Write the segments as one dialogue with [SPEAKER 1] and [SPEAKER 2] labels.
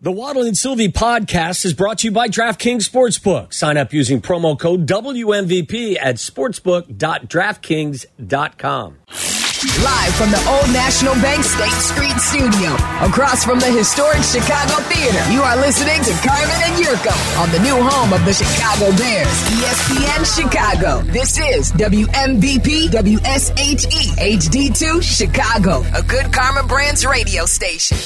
[SPEAKER 1] The Waddle and Sylvie podcast is brought to you by DraftKings Sportsbook. Sign up using promo code WMVP at sportsbook.draftkings.com.
[SPEAKER 2] Live from the Old National Bank State Street Studio, across from the historic Chicago Theater, you are listening to Carmen and Yurko on the new home of the Chicago Bears, E ESPN Chicago. This is WMVP WSHE HD2 Chicago, a good Karma Brands radio station.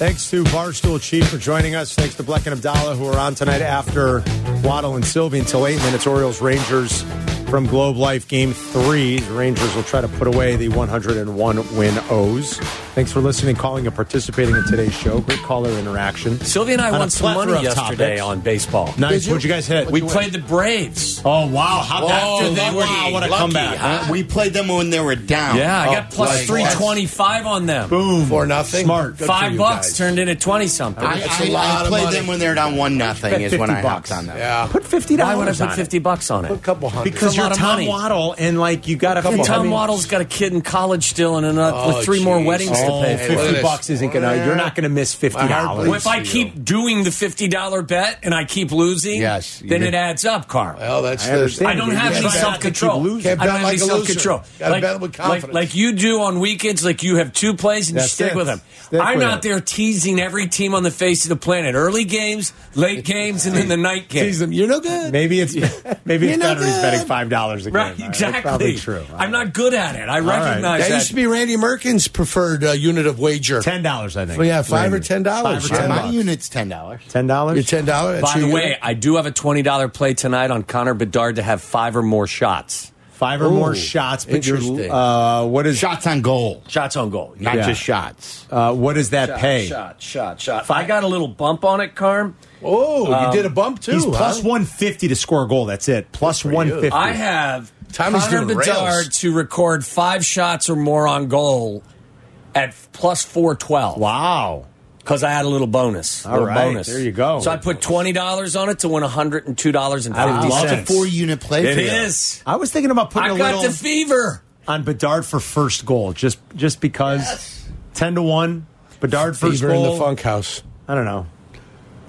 [SPEAKER 3] Thanks to Barstool Chief for joining us. Thanks to Bleck and Abdallah who are on tonight after Waddle and Sylvie until eight minutes. Orioles Rangers from Globe Life Game Three. The Rangers will try to put away the 101 win O's. Thanks for listening, calling, and participating in today's show. Great caller interaction.
[SPEAKER 1] Sylvie and I
[SPEAKER 3] On a
[SPEAKER 1] won some
[SPEAKER 3] plethora
[SPEAKER 1] money
[SPEAKER 3] of
[SPEAKER 1] yesterday
[SPEAKER 3] topics.
[SPEAKER 1] on baseball.
[SPEAKER 3] Nice. What'd you guys hit?
[SPEAKER 4] We played the Braves.
[SPEAKER 3] Oh wow! How
[SPEAKER 4] Whoa,
[SPEAKER 3] after they
[SPEAKER 4] lucky,
[SPEAKER 3] were wow, what a
[SPEAKER 4] lucky,
[SPEAKER 3] comeback!
[SPEAKER 4] huh?
[SPEAKER 5] Uh, We played them when they were down.
[SPEAKER 1] Yeah, I
[SPEAKER 4] Oh,
[SPEAKER 1] got plus
[SPEAKER 4] like,
[SPEAKER 1] 325 on them.
[SPEAKER 3] Boom.
[SPEAKER 5] Four nothing.
[SPEAKER 3] Smart.
[SPEAKER 5] Good for
[SPEAKER 1] Five
[SPEAKER 5] you
[SPEAKER 1] bucks
[SPEAKER 5] guys.
[SPEAKER 1] turned into 20 something.
[SPEAKER 5] I,
[SPEAKER 4] That's a
[SPEAKER 5] I- I
[SPEAKER 4] lot of
[SPEAKER 5] played
[SPEAKER 4] money.
[SPEAKER 5] them when they were down one nothing. Is
[SPEAKER 3] 50
[SPEAKER 5] when I
[SPEAKER 3] bucks.
[SPEAKER 5] hopped on them.
[SPEAKER 3] Put fifty
[SPEAKER 1] Why would I
[SPEAKER 3] dollars
[SPEAKER 1] put 50 bucks on it?
[SPEAKER 5] A couple hundred.
[SPEAKER 3] Because
[SPEAKER 1] a
[SPEAKER 3] you're
[SPEAKER 1] lot of
[SPEAKER 3] Tom
[SPEAKER 1] money.
[SPEAKER 3] Waddle, and like you got to.
[SPEAKER 1] And Tom Waddle's got a kid in college still and another, with three more weddings
[SPEAKER 3] Oh,
[SPEAKER 1] to pay for.
[SPEAKER 3] 50 bucks isn't gonna. You're not gonna miss fifty dollars.
[SPEAKER 1] Well, if I keep doing the fifty dollar bet and I keep losing,
[SPEAKER 6] Yes, you
[SPEAKER 1] then
[SPEAKER 6] did.
[SPEAKER 1] it adds up, Carl.
[SPEAKER 6] Well, that's
[SPEAKER 3] I
[SPEAKER 6] the-
[SPEAKER 3] understand.
[SPEAKER 1] I don't
[SPEAKER 3] You
[SPEAKER 1] have any
[SPEAKER 3] can't try not to
[SPEAKER 1] self
[SPEAKER 3] keep
[SPEAKER 1] control. I
[SPEAKER 3] losing.
[SPEAKER 1] don't
[SPEAKER 6] Can't bet
[SPEAKER 1] have
[SPEAKER 6] like
[SPEAKER 1] any
[SPEAKER 6] a loser.
[SPEAKER 1] self control.
[SPEAKER 6] Gotta bet with confidence.
[SPEAKER 1] like you do on weekends. Like you have two plays and
[SPEAKER 3] That's
[SPEAKER 1] you stick
[SPEAKER 3] it.
[SPEAKER 1] with them.
[SPEAKER 3] Stick
[SPEAKER 1] I'm
[SPEAKER 3] with
[SPEAKER 1] not
[SPEAKER 3] it.
[SPEAKER 1] there teasing every team on the face of the planet. Early games, late games, and then the night games.
[SPEAKER 6] You're no good.
[SPEAKER 3] Maybe it's maybe
[SPEAKER 6] You're
[SPEAKER 3] it's
[SPEAKER 6] not
[SPEAKER 3] better he's
[SPEAKER 6] good.
[SPEAKER 3] betting five dollars a game.
[SPEAKER 1] Right,
[SPEAKER 3] All right, that's
[SPEAKER 1] exactly.
[SPEAKER 3] probably true.
[SPEAKER 1] I'm not good at it. I recognize
[SPEAKER 6] That
[SPEAKER 1] that.
[SPEAKER 6] used to be Randy Merkin's preferred uh, unit of wager.
[SPEAKER 3] ten dollars. I think.
[SPEAKER 6] Well, yeah, five or ten dollars.
[SPEAKER 3] Five or
[SPEAKER 5] Yeah,
[SPEAKER 3] ten
[SPEAKER 5] my
[SPEAKER 3] bucks.
[SPEAKER 5] unit's ten dollars.
[SPEAKER 3] Ten
[SPEAKER 6] Your
[SPEAKER 3] dollars.
[SPEAKER 6] ten dollars.
[SPEAKER 1] By the way, I do have a twenty dollar play tonight on Connor Bedard to have five or more shots.
[SPEAKER 3] Five or more
[SPEAKER 6] Ooh,
[SPEAKER 3] shots. But you're
[SPEAKER 6] interesting.
[SPEAKER 3] uh, what is
[SPEAKER 5] Shots on goal,
[SPEAKER 1] Shots on goal.
[SPEAKER 5] not
[SPEAKER 3] Yeah.
[SPEAKER 5] just shots.
[SPEAKER 3] uh, what does that pay?
[SPEAKER 1] Shot, shot, shot. If I got a little bump on it, Carm,
[SPEAKER 6] oh,
[SPEAKER 1] um,
[SPEAKER 6] you did a bump too.
[SPEAKER 3] He's plus
[SPEAKER 6] huh?
[SPEAKER 3] one fifty to score a goal. That's it. Plus one fifty.
[SPEAKER 1] I have
[SPEAKER 6] Tommy's
[SPEAKER 1] Connor
[SPEAKER 6] doing
[SPEAKER 1] Bedard
[SPEAKER 6] rails.
[SPEAKER 1] to record five shots or more on goal at plus four twelve.
[SPEAKER 3] Wow.
[SPEAKER 1] Because I had a little bonus.
[SPEAKER 3] All
[SPEAKER 1] little
[SPEAKER 3] right,
[SPEAKER 1] bonus.
[SPEAKER 3] there you go.
[SPEAKER 1] So I put twenty dollars on it to win hundred and two dollars and
[SPEAKER 3] I
[SPEAKER 1] fifty
[SPEAKER 3] love
[SPEAKER 1] cents.
[SPEAKER 3] it.
[SPEAKER 5] That's a four-unit play.
[SPEAKER 1] It
[SPEAKER 5] for you.
[SPEAKER 1] is.
[SPEAKER 3] I was thinking about putting
[SPEAKER 1] I
[SPEAKER 3] a
[SPEAKER 1] got
[SPEAKER 3] little
[SPEAKER 1] the fever.
[SPEAKER 3] on Bedard for first goal, just just because ten to one. Bedard first
[SPEAKER 6] Fever in
[SPEAKER 3] goal.
[SPEAKER 6] the funk house.
[SPEAKER 3] I don't know.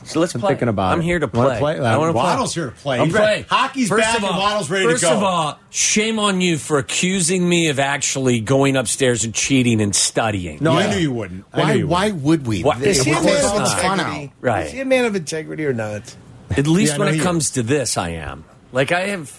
[SPEAKER 1] So let's
[SPEAKER 3] I'm
[SPEAKER 1] play.
[SPEAKER 3] thinking about
[SPEAKER 1] I'm
[SPEAKER 3] it.
[SPEAKER 1] here to
[SPEAKER 3] Wanna
[SPEAKER 1] play.
[SPEAKER 3] play?
[SPEAKER 1] I want to play.
[SPEAKER 3] Waddle's here to play.
[SPEAKER 1] I'm
[SPEAKER 3] He's ready.
[SPEAKER 1] playing.
[SPEAKER 3] Hockey's
[SPEAKER 1] First
[SPEAKER 3] back
[SPEAKER 1] of
[SPEAKER 3] and
[SPEAKER 1] all-
[SPEAKER 3] Waddle's ready to
[SPEAKER 1] first
[SPEAKER 3] go.
[SPEAKER 1] of all, shame on you for accusing me of actually going upstairs and cheating and studying.
[SPEAKER 3] No,
[SPEAKER 6] Yeah.
[SPEAKER 3] I knew you wouldn't. I knew
[SPEAKER 5] Why?
[SPEAKER 3] you
[SPEAKER 5] Why
[SPEAKER 3] wouldn't.
[SPEAKER 5] would we?
[SPEAKER 1] Why-
[SPEAKER 5] It
[SPEAKER 1] Is he
[SPEAKER 5] would
[SPEAKER 1] a man
[SPEAKER 5] take
[SPEAKER 1] of
[SPEAKER 5] the fun
[SPEAKER 6] integrity?
[SPEAKER 5] out.
[SPEAKER 1] Right.
[SPEAKER 6] Is he a man of integrity or not?
[SPEAKER 1] At least
[SPEAKER 3] Yeah, I
[SPEAKER 1] when
[SPEAKER 3] know
[SPEAKER 1] it
[SPEAKER 3] you-
[SPEAKER 1] comes to this, I am. Like I have.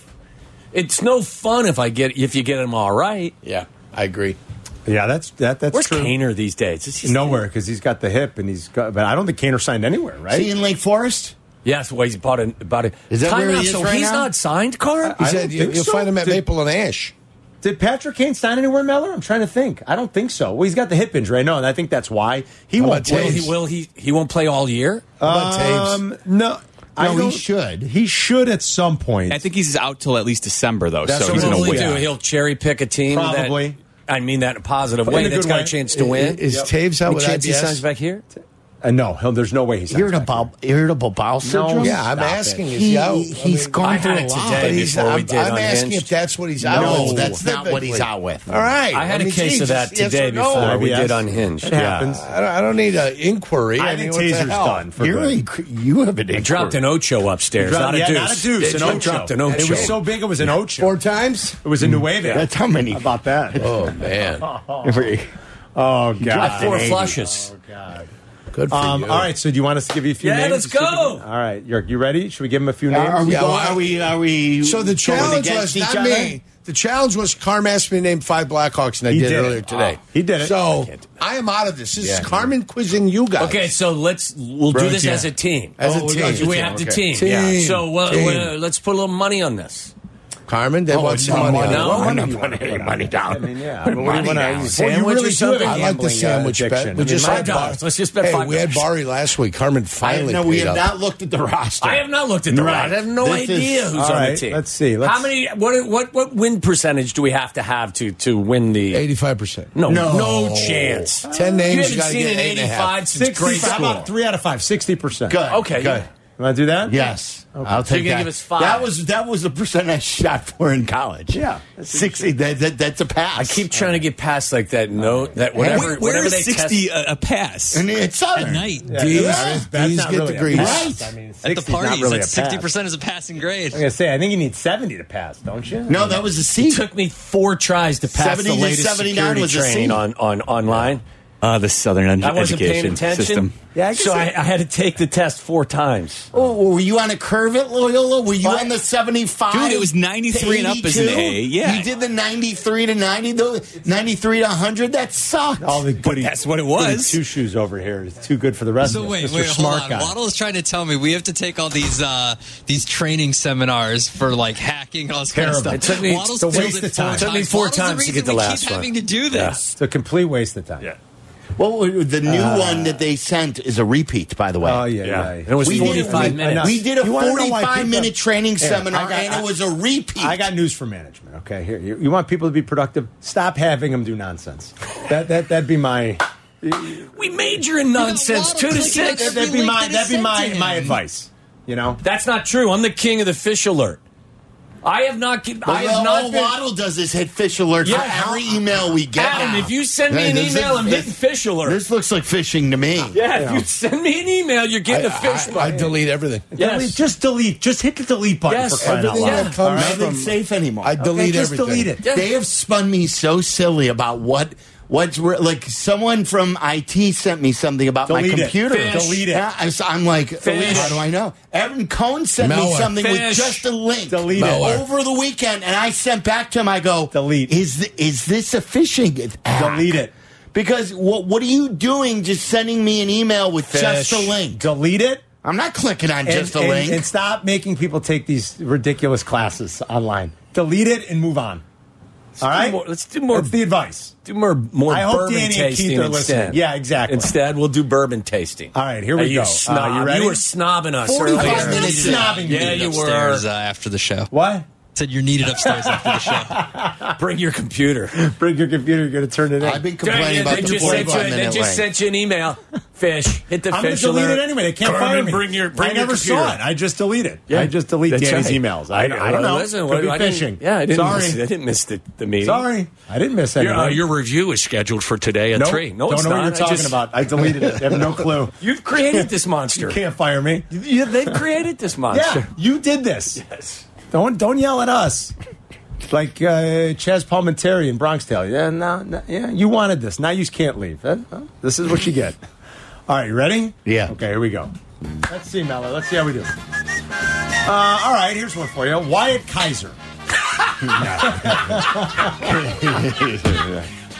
[SPEAKER 1] It's no fun if I get if you get them all right.
[SPEAKER 6] Yeah, I agree.
[SPEAKER 3] Yeah, that's that. That's
[SPEAKER 1] Where's
[SPEAKER 3] true.
[SPEAKER 1] Kaner these days? It's just,
[SPEAKER 3] Nowhere because he's got the hip and he's got. But I don't think Kaner signed anywhere,
[SPEAKER 5] Is he
[SPEAKER 3] right?
[SPEAKER 5] in Lake Forest?
[SPEAKER 1] Yes, well, he's bought it. Bought it.
[SPEAKER 5] Is that
[SPEAKER 1] Time
[SPEAKER 5] where he
[SPEAKER 1] out,
[SPEAKER 5] is
[SPEAKER 1] so
[SPEAKER 5] right
[SPEAKER 1] he's
[SPEAKER 5] now?
[SPEAKER 1] not signed, Carm.
[SPEAKER 6] He
[SPEAKER 3] I
[SPEAKER 6] said
[SPEAKER 3] don't
[SPEAKER 6] you,
[SPEAKER 3] think
[SPEAKER 6] will
[SPEAKER 3] so.
[SPEAKER 6] find him at
[SPEAKER 3] Did-
[SPEAKER 6] Maple and Ash.
[SPEAKER 3] Did Patrick Kane sign anywhere, Mellor? I'm trying to think. I don't think so. Well, he's got the hip injury, I know, and I think that's why he
[SPEAKER 6] How
[SPEAKER 3] won't
[SPEAKER 6] about
[SPEAKER 1] Will
[SPEAKER 3] play.
[SPEAKER 6] Taves?
[SPEAKER 1] he? Will he? He won't play all year.
[SPEAKER 6] How about Taves?
[SPEAKER 3] Um, no, I
[SPEAKER 5] No, he
[SPEAKER 3] don't-
[SPEAKER 5] should.
[SPEAKER 3] He should at some point.
[SPEAKER 7] I think he's out till at least December, though.
[SPEAKER 3] That's
[SPEAKER 7] so
[SPEAKER 3] what
[SPEAKER 7] he's
[SPEAKER 3] we'll
[SPEAKER 7] going to
[SPEAKER 1] he
[SPEAKER 3] leave
[SPEAKER 7] wait.
[SPEAKER 3] it.
[SPEAKER 1] do? He'll cherry pick a team. that-
[SPEAKER 3] Probably.
[SPEAKER 1] I mean that in a positive
[SPEAKER 3] But in
[SPEAKER 1] way.
[SPEAKER 3] a
[SPEAKER 1] That's
[SPEAKER 3] good
[SPEAKER 1] got
[SPEAKER 3] way.
[SPEAKER 1] a chance to win.
[SPEAKER 6] Is Taves out
[SPEAKER 1] Any
[SPEAKER 6] with
[SPEAKER 1] chance he
[SPEAKER 6] IBS?
[SPEAKER 1] signs back here?
[SPEAKER 3] Uh, no, he'll, there's no way he signs. back.
[SPEAKER 5] Irritable, irritable bowel syndrome.
[SPEAKER 6] Yeah, I'm
[SPEAKER 3] Stop
[SPEAKER 6] asking.
[SPEAKER 3] it.
[SPEAKER 6] Is he out? I
[SPEAKER 5] He, has
[SPEAKER 6] mean,
[SPEAKER 1] I
[SPEAKER 5] gone
[SPEAKER 1] had
[SPEAKER 5] through a
[SPEAKER 1] it
[SPEAKER 5] lot.
[SPEAKER 1] today
[SPEAKER 6] But he's,
[SPEAKER 1] before we
[SPEAKER 6] I'm,
[SPEAKER 1] did
[SPEAKER 6] I'm asking
[SPEAKER 1] Unhinged.
[SPEAKER 6] if that's what he's out
[SPEAKER 5] No,
[SPEAKER 6] with.
[SPEAKER 5] that's not what he's
[SPEAKER 6] specifically.
[SPEAKER 5] out with.
[SPEAKER 6] All right.
[SPEAKER 1] I had a
[SPEAKER 6] mean,
[SPEAKER 1] case
[SPEAKER 6] geez,
[SPEAKER 1] of that
[SPEAKER 6] just yes
[SPEAKER 1] today
[SPEAKER 6] or no.
[SPEAKER 1] before we
[SPEAKER 3] IBS.
[SPEAKER 1] did Unhinged.
[SPEAKER 3] It
[SPEAKER 1] yeah.
[SPEAKER 3] happens.
[SPEAKER 6] I don't, I don't need an inquiry.
[SPEAKER 3] I,
[SPEAKER 6] I, mean,
[SPEAKER 3] think
[SPEAKER 6] what the
[SPEAKER 3] Taser's
[SPEAKER 6] hell?
[SPEAKER 3] done for
[SPEAKER 5] You're
[SPEAKER 3] good.
[SPEAKER 5] in, you have an
[SPEAKER 1] I dropped an Ocho upstairs.
[SPEAKER 3] Dropped-
[SPEAKER 1] not, a
[SPEAKER 3] yeah,
[SPEAKER 1] deuce.
[SPEAKER 3] not a deuce,
[SPEAKER 1] They
[SPEAKER 3] an
[SPEAKER 1] dropped-
[SPEAKER 3] Ocho.
[SPEAKER 1] dropped an Ocho.
[SPEAKER 3] It was so big, it was an ocho.
[SPEAKER 6] Four times?
[SPEAKER 3] It was a Nueva.
[SPEAKER 5] That's how many.
[SPEAKER 3] How about that?
[SPEAKER 6] Oh, man.
[SPEAKER 3] Oh
[SPEAKER 1] Got
[SPEAKER 3] god.
[SPEAKER 1] four flushes.
[SPEAKER 6] Good for
[SPEAKER 3] Um,
[SPEAKER 6] you.
[SPEAKER 3] all right, so do you want us to give you a few
[SPEAKER 1] Yeah,
[SPEAKER 3] names?
[SPEAKER 1] let's go.
[SPEAKER 3] All right, York, you ready? Should we give him a few names?
[SPEAKER 5] Are we,
[SPEAKER 6] Yeah,
[SPEAKER 5] going,
[SPEAKER 6] well,
[SPEAKER 5] are we? Are we?
[SPEAKER 6] So the
[SPEAKER 5] going
[SPEAKER 6] challenge
[SPEAKER 5] against
[SPEAKER 6] was
[SPEAKER 5] each
[SPEAKER 6] not
[SPEAKER 5] other?
[SPEAKER 6] me. The challenge was Carm asked me to name five Blackhawks, and I
[SPEAKER 3] He
[SPEAKER 6] did,
[SPEAKER 3] did
[SPEAKER 6] it
[SPEAKER 3] it.
[SPEAKER 6] earlier today.
[SPEAKER 3] He did it.
[SPEAKER 6] So
[SPEAKER 3] I can't do
[SPEAKER 6] I am out of this. This is Carmen quizzing you guys.
[SPEAKER 1] Okay, so let's we'll do
[SPEAKER 6] Right,
[SPEAKER 1] this
[SPEAKER 6] yeah.
[SPEAKER 1] as a team.
[SPEAKER 6] As a
[SPEAKER 1] Oh,
[SPEAKER 6] team.
[SPEAKER 1] We have to
[SPEAKER 5] Okay.
[SPEAKER 1] team. Yeah.
[SPEAKER 6] Team.
[SPEAKER 1] So uh,
[SPEAKER 6] Team.
[SPEAKER 1] well, let's put a little money on this.
[SPEAKER 6] Carmen, they want
[SPEAKER 5] it's
[SPEAKER 6] some
[SPEAKER 5] not
[SPEAKER 6] money.
[SPEAKER 5] money.
[SPEAKER 6] on it.
[SPEAKER 1] No,
[SPEAKER 6] What
[SPEAKER 1] I'm
[SPEAKER 6] money
[SPEAKER 5] not
[SPEAKER 6] you want to
[SPEAKER 5] putting
[SPEAKER 6] put
[SPEAKER 5] any
[SPEAKER 6] on
[SPEAKER 5] money
[SPEAKER 6] it?
[SPEAKER 5] down.
[SPEAKER 3] I mean, yeah.
[SPEAKER 5] Put
[SPEAKER 3] Well,
[SPEAKER 5] money
[SPEAKER 3] you wanna-
[SPEAKER 5] down.
[SPEAKER 3] you
[SPEAKER 6] Well,
[SPEAKER 1] Sandwich
[SPEAKER 6] you
[SPEAKER 1] or
[SPEAKER 6] really
[SPEAKER 1] something?
[SPEAKER 6] do. I like
[SPEAKER 3] Gambling, uh,
[SPEAKER 6] the sandwich
[SPEAKER 3] addiction.
[SPEAKER 6] bet.
[SPEAKER 3] I mean, my
[SPEAKER 1] dollars.
[SPEAKER 6] had Bar-
[SPEAKER 1] Let's just bet
[SPEAKER 6] hey,
[SPEAKER 1] five
[SPEAKER 6] We had
[SPEAKER 1] dollars.
[SPEAKER 6] Barry last week. Carmen
[SPEAKER 5] I
[SPEAKER 6] finally.
[SPEAKER 5] know Uh, we
[SPEAKER 6] paid
[SPEAKER 5] have
[SPEAKER 6] up.
[SPEAKER 5] not looked at the roster.
[SPEAKER 1] I have not looked at the
[SPEAKER 5] Right.
[SPEAKER 1] roster. I have no
[SPEAKER 5] This
[SPEAKER 1] idea
[SPEAKER 5] is-
[SPEAKER 1] who's
[SPEAKER 3] All
[SPEAKER 1] on the
[SPEAKER 3] right,
[SPEAKER 1] team.
[SPEAKER 3] let's see. Let's-
[SPEAKER 1] How many? What? What? What win percentage do we have to have to to win the?
[SPEAKER 6] Eighty-five percent.
[SPEAKER 1] No, no,
[SPEAKER 5] No.
[SPEAKER 1] chance.
[SPEAKER 6] Ten names.
[SPEAKER 1] you
[SPEAKER 6] You
[SPEAKER 1] haven't
[SPEAKER 6] gotta
[SPEAKER 1] seen
[SPEAKER 6] get
[SPEAKER 1] an
[SPEAKER 6] eight and a half.
[SPEAKER 1] eighty-five since grade
[SPEAKER 3] How
[SPEAKER 1] school.
[SPEAKER 3] about three out of five? Sixty percent.
[SPEAKER 5] Good.
[SPEAKER 1] Okay,
[SPEAKER 5] Good.
[SPEAKER 1] yeah.
[SPEAKER 3] You want to do that?
[SPEAKER 5] Yes, I'll
[SPEAKER 1] So you're
[SPEAKER 5] take
[SPEAKER 1] gonna
[SPEAKER 5] that.
[SPEAKER 1] give us five.
[SPEAKER 5] That was that was the percent I shot for in college.
[SPEAKER 3] Yeah.
[SPEAKER 5] sixty. That, that that's a pass.
[SPEAKER 1] I keep trying to get past like that note that whatever
[SPEAKER 8] Where- where
[SPEAKER 1] whatever
[SPEAKER 8] is
[SPEAKER 1] they
[SPEAKER 8] sixty
[SPEAKER 1] test.
[SPEAKER 8] a, a pass
[SPEAKER 5] and it's
[SPEAKER 7] At
[SPEAKER 5] southern
[SPEAKER 7] night,
[SPEAKER 3] Yeah,
[SPEAKER 7] dude.
[SPEAKER 3] that is- that's
[SPEAKER 5] These
[SPEAKER 3] not
[SPEAKER 5] get
[SPEAKER 3] really a
[SPEAKER 5] degrees.
[SPEAKER 3] pass.
[SPEAKER 5] Right.
[SPEAKER 3] I mean, 60
[SPEAKER 7] at the
[SPEAKER 3] is not
[SPEAKER 7] parties,
[SPEAKER 3] really
[SPEAKER 7] like
[SPEAKER 3] a pass.
[SPEAKER 7] sixty percent is a passing grade.
[SPEAKER 3] I was gonna say, I think you need seventy to pass, don't you?
[SPEAKER 5] No, that was a C.
[SPEAKER 1] It took me four tries to pass
[SPEAKER 5] 70
[SPEAKER 1] the
[SPEAKER 5] to
[SPEAKER 1] latest
[SPEAKER 5] 79
[SPEAKER 1] security
[SPEAKER 5] was a
[SPEAKER 1] training
[SPEAKER 5] C.
[SPEAKER 1] on, on online.
[SPEAKER 8] uh, the southern ed-
[SPEAKER 1] I wasn't paying
[SPEAKER 8] education
[SPEAKER 1] attention.
[SPEAKER 8] system
[SPEAKER 3] Yeah, I guess
[SPEAKER 1] so I,
[SPEAKER 3] it-
[SPEAKER 1] I had to take the test four times.
[SPEAKER 5] Oh, were you on a curve at Loyola? Were you on the 75?
[SPEAKER 8] Dude, it was 93 and up as an
[SPEAKER 5] 82?
[SPEAKER 8] A, yeah.
[SPEAKER 5] You did the 93 to 90, the 93 to 100. That sucked.
[SPEAKER 3] All the goody,
[SPEAKER 8] that's what it was.
[SPEAKER 3] Two shoes over here is too good for the rest
[SPEAKER 7] So
[SPEAKER 3] of
[SPEAKER 7] wait,
[SPEAKER 3] us. Mr.
[SPEAKER 7] wait, hold
[SPEAKER 3] Smart
[SPEAKER 7] on.
[SPEAKER 3] Guy.
[SPEAKER 7] Waddle is trying to tell me we have to take all these uh, these training seminars for like hacking and all this
[SPEAKER 3] Terrible.
[SPEAKER 7] kind
[SPEAKER 3] It
[SPEAKER 7] of
[SPEAKER 1] took
[SPEAKER 7] stuff.
[SPEAKER 1] me-
[SPEAKER 7] Waddle's
[SPEAKER 3] it's a
[SPEAKER 7] failed
[SPEAKER 3] waste
[SPEAKER 7] it
[SPEAKER 3] of
[SPEAKER 7] four
[SPEAKER 3] time. It
[SPEAKER 1] took me four
[SPEAKER 7] Waddle's the
[SPEAKER 1] times to
[SPEAKER 7] reason
[SPEAKER 1] get the
[SPEAKER 7] we
[SPEAKER 1] last
[SPEAKER 7] keep
[SPEAKER 1] one.
[SPEAKER 7] having to do this.
[SPEAKER 3] It's a complete waste of time. Yeah.
[SPEAKER 5] Well, the new one that they sent is a repeat, by the way.
[SPEAKER 3] Oh yeah,
[SPEAKER 6] Yeah.
[SPEAKER 3] yeah.
[SPEAKER 1] And it was
[SPEAKER 5] We did it.
[SPEAKER 1] 45
[SPEAKER 3] We-
[SPEAKER 1] minutes.
[SPEAKER 5] We did a
[SPEAKER 3] You wanna know why
[SPEAKER 5] 45
[SPEAKER 3] people-
[SPEAKER 5] minute training
[SPEAKER 3] Here,
[SPEAKER 5] seminar,
[SPEAKER 3] I got-
[SPEAKER 5] and
[SPEAKER 3] I-
[SPEAKER 5] it was a repeat.
[SPEAKER 3] I got news for management. Okay, here you, you want people to be productive. Stop having them do nonsense. That that that'd be my
[SPEAKER 1] We major in nonsense,
[SPEAKER 7] Waddle
[SPEAKER 1] two to
[SPEAKER 7] clicking on
[SPEAKER 1] six.
[SPEAKER 7] every
[SPEAKER 3] that'd be
[SPEAKER 7] link
[SPEAKER 3] my
[SPEAKER 7] that he
[SPEAKER 3] that'd be
[SPEAKER 7] sent
[SPEAKER 3] my
[SPEAKER 7] to
[SPEAKER 3] my
[SPEAKER 7] him.
[SPEAKER 3] advice. You know,
[SPEAKER 1] That's not true. I'm the king of the fish alert. I have not. gi- I have
[SPEAKER 5] Well,
[SPEAKER 1] not.
[SPEAKER 5] all
[SPEAKER 1] been-
[SPEAKER 5] Waddle does is hit fish alerts
[SPEAKER 1] Yeah,
[SPEAKER 5] for every
[SPEAKER 1] Adam-
[SPEAKER 5] email we get.
[SPEAKER 1] Adam,
[SPEAKER 5] now.
[SPEAKER 1] if you send me
[SPEAKER 5] Man,
[SPEAKER 1] an
[SPEAKER 5] this is-
[SPEAKER 1] email, I'm hitting
[SPEAKER 5] this-
[SPEAKER 1] fish alert.
[SPEAKER 5] This looks like phishing to me.
[SPEAKER 1] yeah, if you send me an email, you're getting a fish
[SPEAKER 6] I, I
[SPEAKER 1] bite.
[SPEAKER 6] delete everything.
[SPEAKER 1] Yes.
[SPEAKER 3] Delete- just delete. Just hit the delete button
[SPEAKER 1] Yes.
[SPEAKER 3] for crying out
[SPEAKER 6] Everything
[SPEAKER 3] loud.
[SPEAKER 6] that comes
[SPEAKER 5] Nothing's
[SPEAKER 6] from-
[SPEAKER 5] safe anymore.
[SPEAKER 6] I delete
[SPEAKER 3] Okay, just
[SPEAKER 6] everything.
[SPEAKER 3] delete it.
[SPEAKER 1] Yeah.
[SPEAKER 5] They have spun me so silly about what what's re- like. Someone from IT sent me something about
[SPEAKER 3] Delete
[SPEAKER 5] my
[SPEAKER 3] it.
[SPEAKER 5] computer.
[SPEAKER 3] Fish. Delete it.
[SPEAKER 5] Yeah, I s- I'm like, how do I know? Evan Cohen sent me
[SPEAKER 6] Malware.
[SPEAKER 5] something with
[SPEAKER 1] Fish.
[SPEAKER 5] just a link.
[SPEAKER 3] Delete it. Malware.
[SPEAKER 5] over the weekend, and I sent back to him. I go,
[SPEAKER 3] Delete.
[SPEAKER 5] Is th- is this a phishing act?
[SPEAKER 3] Delete it.
[SPEAKER 5] Because what what are you doing? Just sending me an email with just a link.
[SPEAKER 3] Delete it.
[SPEAKER 5] I'm not clicking on
[SPEAKER 3] and-
[SPEAKER 5] just a
[SPEAKER 3] and-
[SPEAKER 5] link.
[SPEAKER 3] And stop making people take these ridiculous classes online. Delete it and move on. All
[SPEAKER 1] do
[SPEAKER 3] right?
[SPEAKER 1] more- let's do more-
[SPEAKER 3] That's the advice.
[SPEAKER 1] do more more
[SPEAKER 3] I hope
[SPEAKER 1] bourbon
[SPEAKER 3] Danny and Keith
[SPEAKER 1] tasting
[SPEAKER 3] are listening.
[SPEAKER 1] instead.
[SPEAKER 3] Yeah, exactly.
[SPEAKER 1] Instead, we'll do bourbon tasting.
[SPEAKER 3] All right, here we
[SPEAKER 1] Hey, you
[SPEAKER 3] go. Uh,
[SPEAKER 1] Snob.
[SPEAKER 3] you ready?
[SPEAKER 1] were snobbing us
[SPEAKER 5] 45
[SPEAKER 1] earlier.
[SPEAKER 5] minutes
[SPEAKER 7] Needed
[SPEAKER 5] snobbing
[SPEAKER 7] it.
[SPEAKER 1] Yeah,
[SPEAKER 7] Needed
[SPEAKER 1] you
[SPEAKER 7] upstairs,
[SPEAKER 1] were.
[SPEAKER 7] uh, after the show.
[SPEAKER 3] What?
[SPEAKER 7] Said you're needed upstairs after the show.
[SPEAKER 1] Bring your computer.
[SPEAKER 3] Bring your computer. You're going to turn it in.
[SPEAKER 5] I've been
[SPEAKER 1] They
[SPEAKER 5] complaining about the
[SPEAKER 1] just sent you-
[SPEAKER 5] 45
[SPEAKER 1] They
[SPEAKER 5] minute
[SPEAKER 1] just
[SPEAKER 5] link.
[SPEAKER 1] sent you an email. Fish. Hit the
[SPEAKER 3] I'm going
[SPEAKER 1] fish
[SPEAKER 3] to delete
[SPEAKER 1] alert.
[SPEAKER 3] it anyway. They can't
[SPEAKER 1] Carmen,
[SPEAKER 3] find me.
[SPEAKER 1] Bring your. Bring
[SPEAKER 3] I
[SPEAKER 1] your
[SPEAKER 3] never saw
[SPEAKER 1] computer.
[SPEAKER 3] it. I just delete it.
[SPEAKER 1] Yeah,
[SPEAKER 3] I just delete
[SPEAKER 1] that's
[SPEAKER 3] Danny's
[SPEAKER 1] right.
[SPEAKER 3] emails. I, I, don't know.
[SPEAKER 1] Listen,
[SPEAKER 3] Could be
[SPEAKER 1] I didn't-
[SPEAKER 3] phishing.
[SPEAKER 1] Yeah, I didn't.
[SPEAKER 3] Sorry.
[SPEAKER 1] Miss, I didn't miss the, the meeting. Uh,
[SPEAKER 3] Sorry. I didn't miss anything.
[SPEAKER 7] Your, uh, your review is scheduled for today at
[SPEAKER 3] Nope.
[SPEAKER 7] three.
[SPEAKER 1] No,
[SPEAKER 3] don't
[SPEAKER 1] it's
[SPEAKER 3] know what
[SPEAKER 1] not.
[SPEAKER 3] you're
[SPEAKER 1] I
[SPEAKER 3] talking
[SPEAKER 1] just-
[SPEAKER 3] about. I deleted it. I have no clue.
[SPEAKER 1] You've created this monster.
[SPEAKER 3] You can't fire me.
[SPEAKER 1] You- they've created this
[SPEAKER 3] Yeah,
[SPEAKER 1] monster.
[SPEAKER 3] you did this.
[SPEAKER 1] Yes.
[SPEAKER 3] Don't don't yell at us. Like uh, Chaz Palminteri in Bronx Tale. Yeah, no, no, yeah, you wanted this. Now you can't leave. That- uh, this is what you get. All right, you ready?
[SPEAKER 5] Yeah.
[SPEAKER 3] Okay, here we go. Let's see, Mello. Let's see how we do. Uh, all right, here's one for you. Wyatt Kaiser.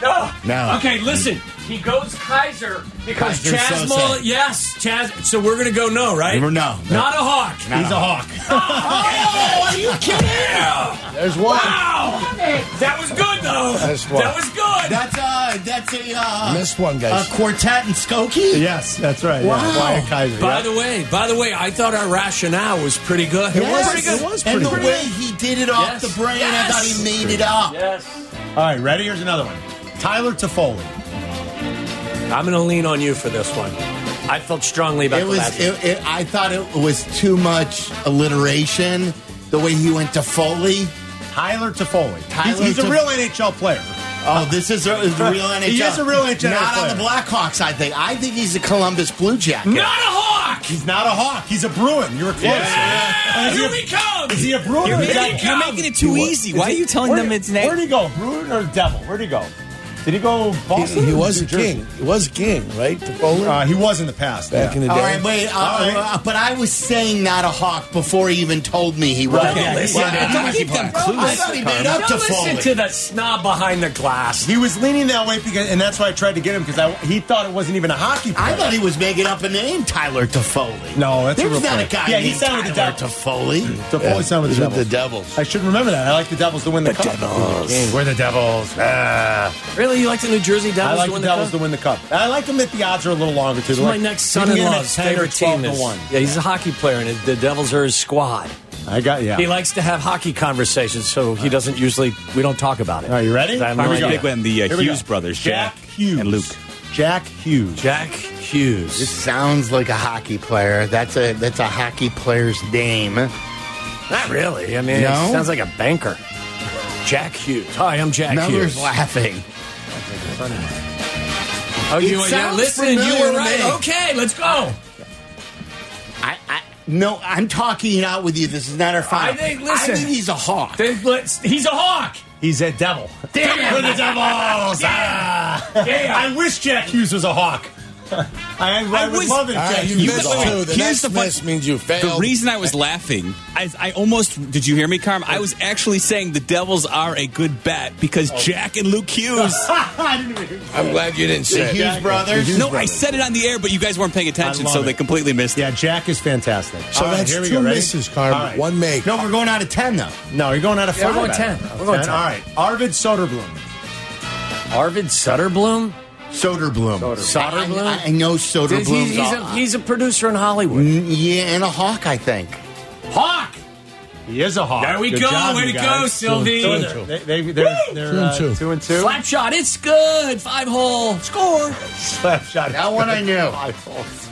[SPEAKER 1] No.
[SPEAKER 5] No.
[SPEAKER 1] Okay, listen. He goes Kaiser because
[SPEAKER 5] Kaiser
[SPEAKER 1] Chaz
[SPEAKER 5] Sosa.
[SPEAKER 1] Mullet. Yes, Chaz. So we're gonna go no, right?
[SPEAKER 5] No. No.
[SPEAKER 1] Not a hawk.
[SPEAKER 5] He's a hawk.
[SPEAKER 1] Oh, are you kidding?
[SPEAKER 6] There's one.
[SPEAKER 1] Wow. That was good though.
[SPEAKER 6] That's what-
[SPEAKER 1] That was good.
[SPEAKER 5] That's a that's a uh,
[SPEAKER 6] Missed one,
[SPEAKER 5] a
[SPEAKER 6] guys.
[SPEAKER 5] quartet in Skokie.
[SPEAKER 3] Yes, that's right.
[SPEAKER 5] Wow.
[SPEAKER 3] Yeah, Wyatt Kaiser.
[SPEAKER 1] by
[SPEAKER 3] yep.
[SPEAKER 1] the way, by the way, I thought our rationale was pretty good.
[SPEAKER 5] It was
[SPEAKER 1] pretty good.
[SPEAKER 5] It was and the
[SPEAKER 3] good.
[SPEAKER 5] way he did it off
[SPEAKER 1] Yes.
[SPEAKER 5] the brain,
[SPEAKER 1] Yes.
[SPEAKER 5] I thought he made it up.
[SPEAKER 1] Yes.
[SPEAKER 3] all right, ready? Here's another one. Tyler Toffoli.
[SPEAKER 1] I'm gonna lean on you for this one. I felt strongly about
[SPEAKER 5] It
[SPEAKER 1] the
[SPEAKER 5] was.
[SPEAKER 1] last one.
[SPEAKER 5] It, it, I thought it was too much alliteration. The way he went to Foley.
[SPEAKER 3] Tyler Toffoli.
[SPEAKER 5] Tyler
[SPEAKER 3] he's he's a
[SPEAKER 5] Toff-
[SPEAKER 3] real NHL player.
[SPEAKER 5] Oh, this is a, is the real NHL.
[SPEAKER 3] He is a real NHL
[SPEAKER 5] Not
[SPEAKER 3] player.
[SPEAKER 5] on the Blackhawks. I think. I think he's a Columbus Blue Jacket.
[SPEAKER 1] Not a hawk.
[SPEAKER 3] He's not a Hawk. He's a Bruin. You were close.
[SPEAKER 1] Yeah.
[SPEAKER 3] Is he
[SPEAKER 1] Here
[SPEAKER 3] a-
[SPEAKER 1] we come.
[SPEAKER 3] Is he a Bruin?
[SPEAKER 1] Here
[SPEAKER 3] or
[SPEAKER 1] we
[SPEAKER 3] is that-
[SPEAKER 1] go. You're making it too
[SPEAKER 3] He was-
[SPEAKER 1] easy.
[SPEAKER 3] is
[SPEAKER 1] Why
[SPEAKER 3] he-
[SPEAKER 1] are you telling
[SPEAKER 3] where-
[SPEAKER 1] them it's nat-
[SPEAKER 3] Where'd he go? Bruin or Devil? Where'd he go? Did he go Boston?
[SPEAKER 6] He, he was
[SPEAKER 3] New
[SPEAKER 6] a
[SPEAKER 3] Jersey?
[SPEAKER 6] king. He was a king, right? The bowler
[SPEAKER 3] Uh, he was in the past. yeah.
[SPEAKER 6] back in the day.
[SPEAKER 5] All right, wait. Uh,
[SPEAKER 3] Mm-hmm. All right.
[SPEAKER 5] uh, but I was saying not a hawk before he even told me he was.
[SPEAKER 3] Okay.
[SPEAKER 1] Listen,
[SPEAKER 5] Well, I
[SPEAKER 1] don't
[SPEAKER 5] thought
[SPEAKER 1] keep
[SPEAKER 5] he-
[SPEAKER 1] them
[SPEAKER 5] I
[SPEAKER 1] clueless.
[SPEAKER 5] thought he made up to
[SPEAKER 1] Don't listen
[SPEAKER 5] Foley.
[SPEAKER 1] to the snob behind the glass.
[SPEAKER 3] He was leaning that way because, and that's why I tried to get him because he thought it wasn't even a hockey.
[SPEAKER 5] I
[SPEAKER 3] Player.
[SPEAKER 5] thought he was making up a name, Tyler Toffoli.
[SPEAKER 3] No, that's a
[SPEAKER 5] There's
[SPEAKER 3] real
[SPEAKER 5] not
[SPEAKER 3] player.
[SPEAKER 5] a guy.
[SPEAKER 3] Yeah, he
[SPEAKER 5] named
[SPEAKER 3] sounded the
[SPEAKER 5] Tyler
[SPEAKER 3] devil.
[SPEAKER 5] Toffoli.
[SPEAKER 3] the Foley sound with
[SPEAKER 6] He's
[SPEAKER 3] the Devils.
[SPEAKER 6] with the Devils.
[SPEAKER 3] I should remember that. I like the Devils to win the, cup.
[SPEAKER 5] We're the Devils.
[SPEAKER 3] Ah.
[SPEAKER 1] Really, you like the New Jersey
[SPEAKER 3] I
[SPEAKER 1] Devils?
[SPEAKER 3] like
[SPEAKER 1] to
[SPEAKER 3] the
[SPEAKER 1] win
[SPEAKER 3] Devils
[SPEAKER 1] cup?
[SPEAKER 3] to win the cup. And I like them that the odds are a little longer too.
[SPEAKER 1] It's
[SPEAKER 3] They're
[SPEAKER 1] my
[SPEAKER 3] like-
[SPEAKER 1] next
[SPEAKER 3] you can get 'em at
[SPEAKER 1] son-in-law's
[SPEAKER 3] 10 or
[SPEAKER 1] favorite
[SPEAKER 3] 12
[SPEAKER 1] team
[SPEAKER 3] to
[SPEAKER 1] is.
[SPEAKER 3] one.
[SPEAKER 1] Yeah, he's a hockey player, and the Devils are his squad.
[SPEAKER 3] I got yeah.
[SPEAKER 1] He likes to have hockey conversations, so he doesn't usually. We don't talk about it.
[SPEAKER 3] All right, you ready?
[SPEAKER 1] I'm
[SPEAKER 3] Here we
[SPEAKER 1] really
[SPEAKER 3] go.
[SPEAKER 1] big
[SPEAKER 8] one, the, uh,
[SPEAKER 3] Here we
[SPEAKER 8] Hughes
[SPEAKER 3] go.
[SPEAKER 8] brothers, Jack
[SPEAKER 3] Hughes
[SPEAKER 8] and Luke.
[SPEAKER 3] Jack Hughes.
[SPEAKER 1] Jack
[SPEAKER 5] This
[SPEAKER 4] Hughes.
[SPEAKER 5] sounds like a hockey player. That's a that's a hockey player's name.
[SPEAKER 4] Not really. I mean,
[SPEAKER 5] No?
[SPEAKER 4] it sounds like a banker. Jack Hughes. Hi, I'm Jack
[SPEAKER 5] Meller's
[SPEAKER 4] Hughes.
[SPEAKER 5] laughing.
[SPEAKER 4] Oh, you
[SPEAKER 5] It
[SPEAKER 4] were
[SPEAKER 5] sounds
[SPEAKER 4] listening. You
[SPEAKER 5] familiar
[SPEAKER 4] were
[SPEAKER 5] to
[SPEAKER 4] right.
[SPEAKER 5] me.
[SPEAKER 4] Okay, let's go.
[SPEAKER 5] I, I no, I'm talking it out with you. This is not our final.
[SPEAKER 4] I think- listen.
[SPEAKER 5] I think he's a hawk.
[SPEAKER 4] Then let's. He's a hawk.
[SPEAKER 3] He's a devil.
[SPEAKER 4] Damn. the Devils.
[SPEAKER 3] I wish Jack Hughes was a hawk. I, I, would
[SPEAKER 7] wish-
[SPEAKER 3] love it. if
[SPEAKER 6] All
[SPEAKER 3] Jack
[SPEAKER 6] right,
[SPEAKER 3] Hughes
[SPEAKER 6] Ah, you,
[SPEAKER 3] was
[SPEAKER 6] missed
[SPEAKER 3] a hawk.
[SPEAKER 6] two. The
[SPEAKER 7] Here's
[SPEAKER 6] next
[SPEAKER 7] the fun-
[SPEAKER 6] miss means you failed.
[SPEAKER 7] The reason I was laughing, I, I almost did you hear me, Carm? I was actually saying the Devils are a good bet because Jack and Luke Hughes.
[SPEAKER 6] I'm glad you didn't
[SPEAKER 5] the
[SPEAKER 6] say.
[SPEAKER 5] Hughes
[SPEAKER 6] it.
[SPEAKER 5] brothers.
[SPEAKER 7] no, I said it on the air, but you guys weren't paying attention,
[SPEAKER 3] love
[SPEAKER 7] so
[SPEAKER 3] it.
[SPEAKER 7] they completely missed it.
[SPEAKER 3] Yeah, Jack is fantastic.
[SPEAKER 6] So
[SPEAKER 3] All right,
[SPEAKER 6] that's
[SPEAKER 3] here we
[SPEAKER 6] two
[SPEAKER 3] go. Ready?
[SPEAKER 6] misses, Carm.
[SPEAKER 3] All right.
[SPEAKER 6] One make.
[SPEAKER 5] No, we're going out of ten though.
[SPEAKER 3] No, you're going out of
[SPEAKER 1] Yeah,
[SPEAKER 3] five.
[SPEAKER 1] we're going
[SPEAKER 3] out
[SPEAKER 1] 10.
[SPEAKER 3] of
[SPEAKER 1] We're going 10.
[SPEAKER 3] All right. Arvid Soderblom.
[SPEAKER 1] Arvid Sutterblom?
[SPEAKER 5] Soderblom.
[SPEAKER 1] Soderblom?
[SPEAKER 5] I, I, I know
[SPEAKER 1] Dude,
[SPEAKER 5] Soderblom's
[SPEAKER 1] he's, he's,
[SPEAKER 5] a-
[SPEAKER 1] a, he's a producer in Hollywood.
[SPEAKER 5] yeah, and a hawk. I think.
[SPEAKER 3] Hawk! He is a hawk.
[SPEAKER 4] There we go. Way to go, Sylvie.
[SPEAKER 3] Two and two. They, they, they're they're
[SPEAKER 6] Two and
[SPEAKER 3] uh,
[SPEAKER 6] two.
[SPEAKER 3] two and two.
[SPEAKER 1] Slap shot, it's good. Five hole. Score.
[SPEAKER 3] Slap shot.
[SPEAKER 5] That one I knew.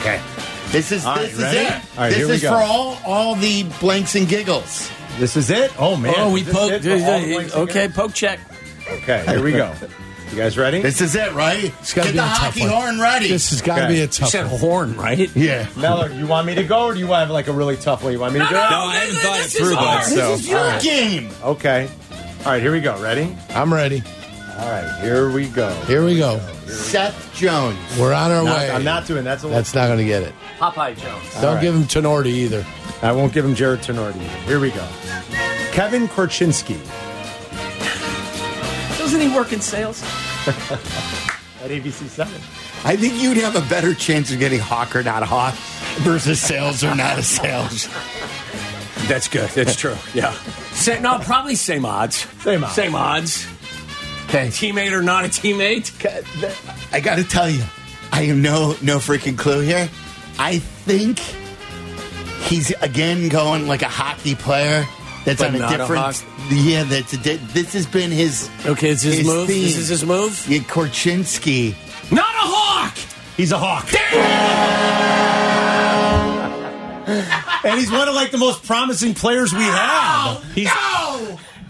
[SPEAKER 5] Okay. This is
[SPEAKER 3] All right,
[SPEAKER 5] this is
[SPEAKER 3] ready?
[SPEAKER 5] it.
[SPEAKER 3] All right,
[SPEAKER 5] this
[SPEAKER 3] here we
[SPEAKER 5] is
[SPEAKER 3] go.
[SPEAKER 5] for all all the blanks and giggles.
[SPEAKER 3] This is it? Oh, uh, man.
[SPEAKER 1] Oh, we
[SPEAKER 3] Is this
[SPEAKER 1] poke.
[SPEAKER 3] it
[SPEAKER 7] uh,
[SPEAKER 3] for all the points
[SPEAKER 1] Okay,
[SPEAKER 3] again?
[SPEAKER 1] poke check.
[SPEAKER 3] Okay, here we go. You guys ready?
[SPEAKER 5] This is it, right? Get
[SPEAKER 6] gotta be
[SPEAKER 5] the
[SPEAKER 6] a tough
[SPEAKER 5] hockey
[SPEAKER 6] one.
[SPEAKER 5] horn ready.
[SPEAKER 6] This has got to
[SPEAKER 3] Okay.
[SPEAKER 6] be a
[SPEAKER 1] You
[SPEAKER 6] tough
[SPEAKER 1] said
[SPEAKER 6] one.
[SPEAKER 1] horn, right?
[SPEAKER 5] yeah.
[SPEAKER 3] Mellor, you want me to go or do you have like a really tough one? You want me to do
[SPEAKER 7] No, I haven't thought it through, but
[SPEAKER 5] This is your game.
[SPEAKER 3] it? Okay. All right, here we go. Ready?
[SPEAKER 6] I'm ready.
[SPEAKER 3] All right, here we go.
[SPEAKER 6] Here we go.
[SPEAKER 5] Seth Jones.
[SPEAKER 6] We're on our
[SPEAKER 3] Not-
[SPEAKER 6] way.
[SPEAKER 3] I'm not doing that's a little
[SPEAKER 6] That's not going to get it.
[SPEAKER 1] Popeye Jones.
[SPEAKER 6] Don't
[SPEAKER 3] right.
[SPEAKER 6] give him Tenorti either.
[SPEAKER 3] I won't give him Jared Tenorti. Here we go. Kevin Korchinski.
[SPEAKER 1] Doesn't he work in sales?
[SPEAKER 3] At ABC7.
[SPEAKER 5] I think you'd have a better chance of getting hawk or not hawk versus sales or not a sales.
[SPEAKER 4] That's good. That's true. Yeah. Sa- no, probably same odds.
[SPEAKER 3] Same odds.
[SPEAKER 4] Same odds.
[SPEAKER 5] Okay.
[SPEAKER 4] Teammate or not a teammate?
[SPEAKER 5] I got to tell you, I have no no freaking clue here. I think he's again going like a hockey player. That's
[SPEAKER 4] But
[SPEAKER 5] on a
[SPEAKER 4] not a
[SPEAKER 5] different.
[SPEAKER 4] hockey-
[SPEAKER 5] yeah, that's a di- this has been his.
[SPEAKER 4] Okay, it's his,
[SPEAKER 5] His
[SPEAKER 4] move.
[SPEAKER 5] theme.
[SPEAKER 4] This is his move.
[SPEAKER 5] Yeah, Korchinski.
[SPEAKER 4] Not a hawk.
[SPEAKER 3] He's a hawk. and he's one of like the most promising players we have.
[SPEAKER 7] He's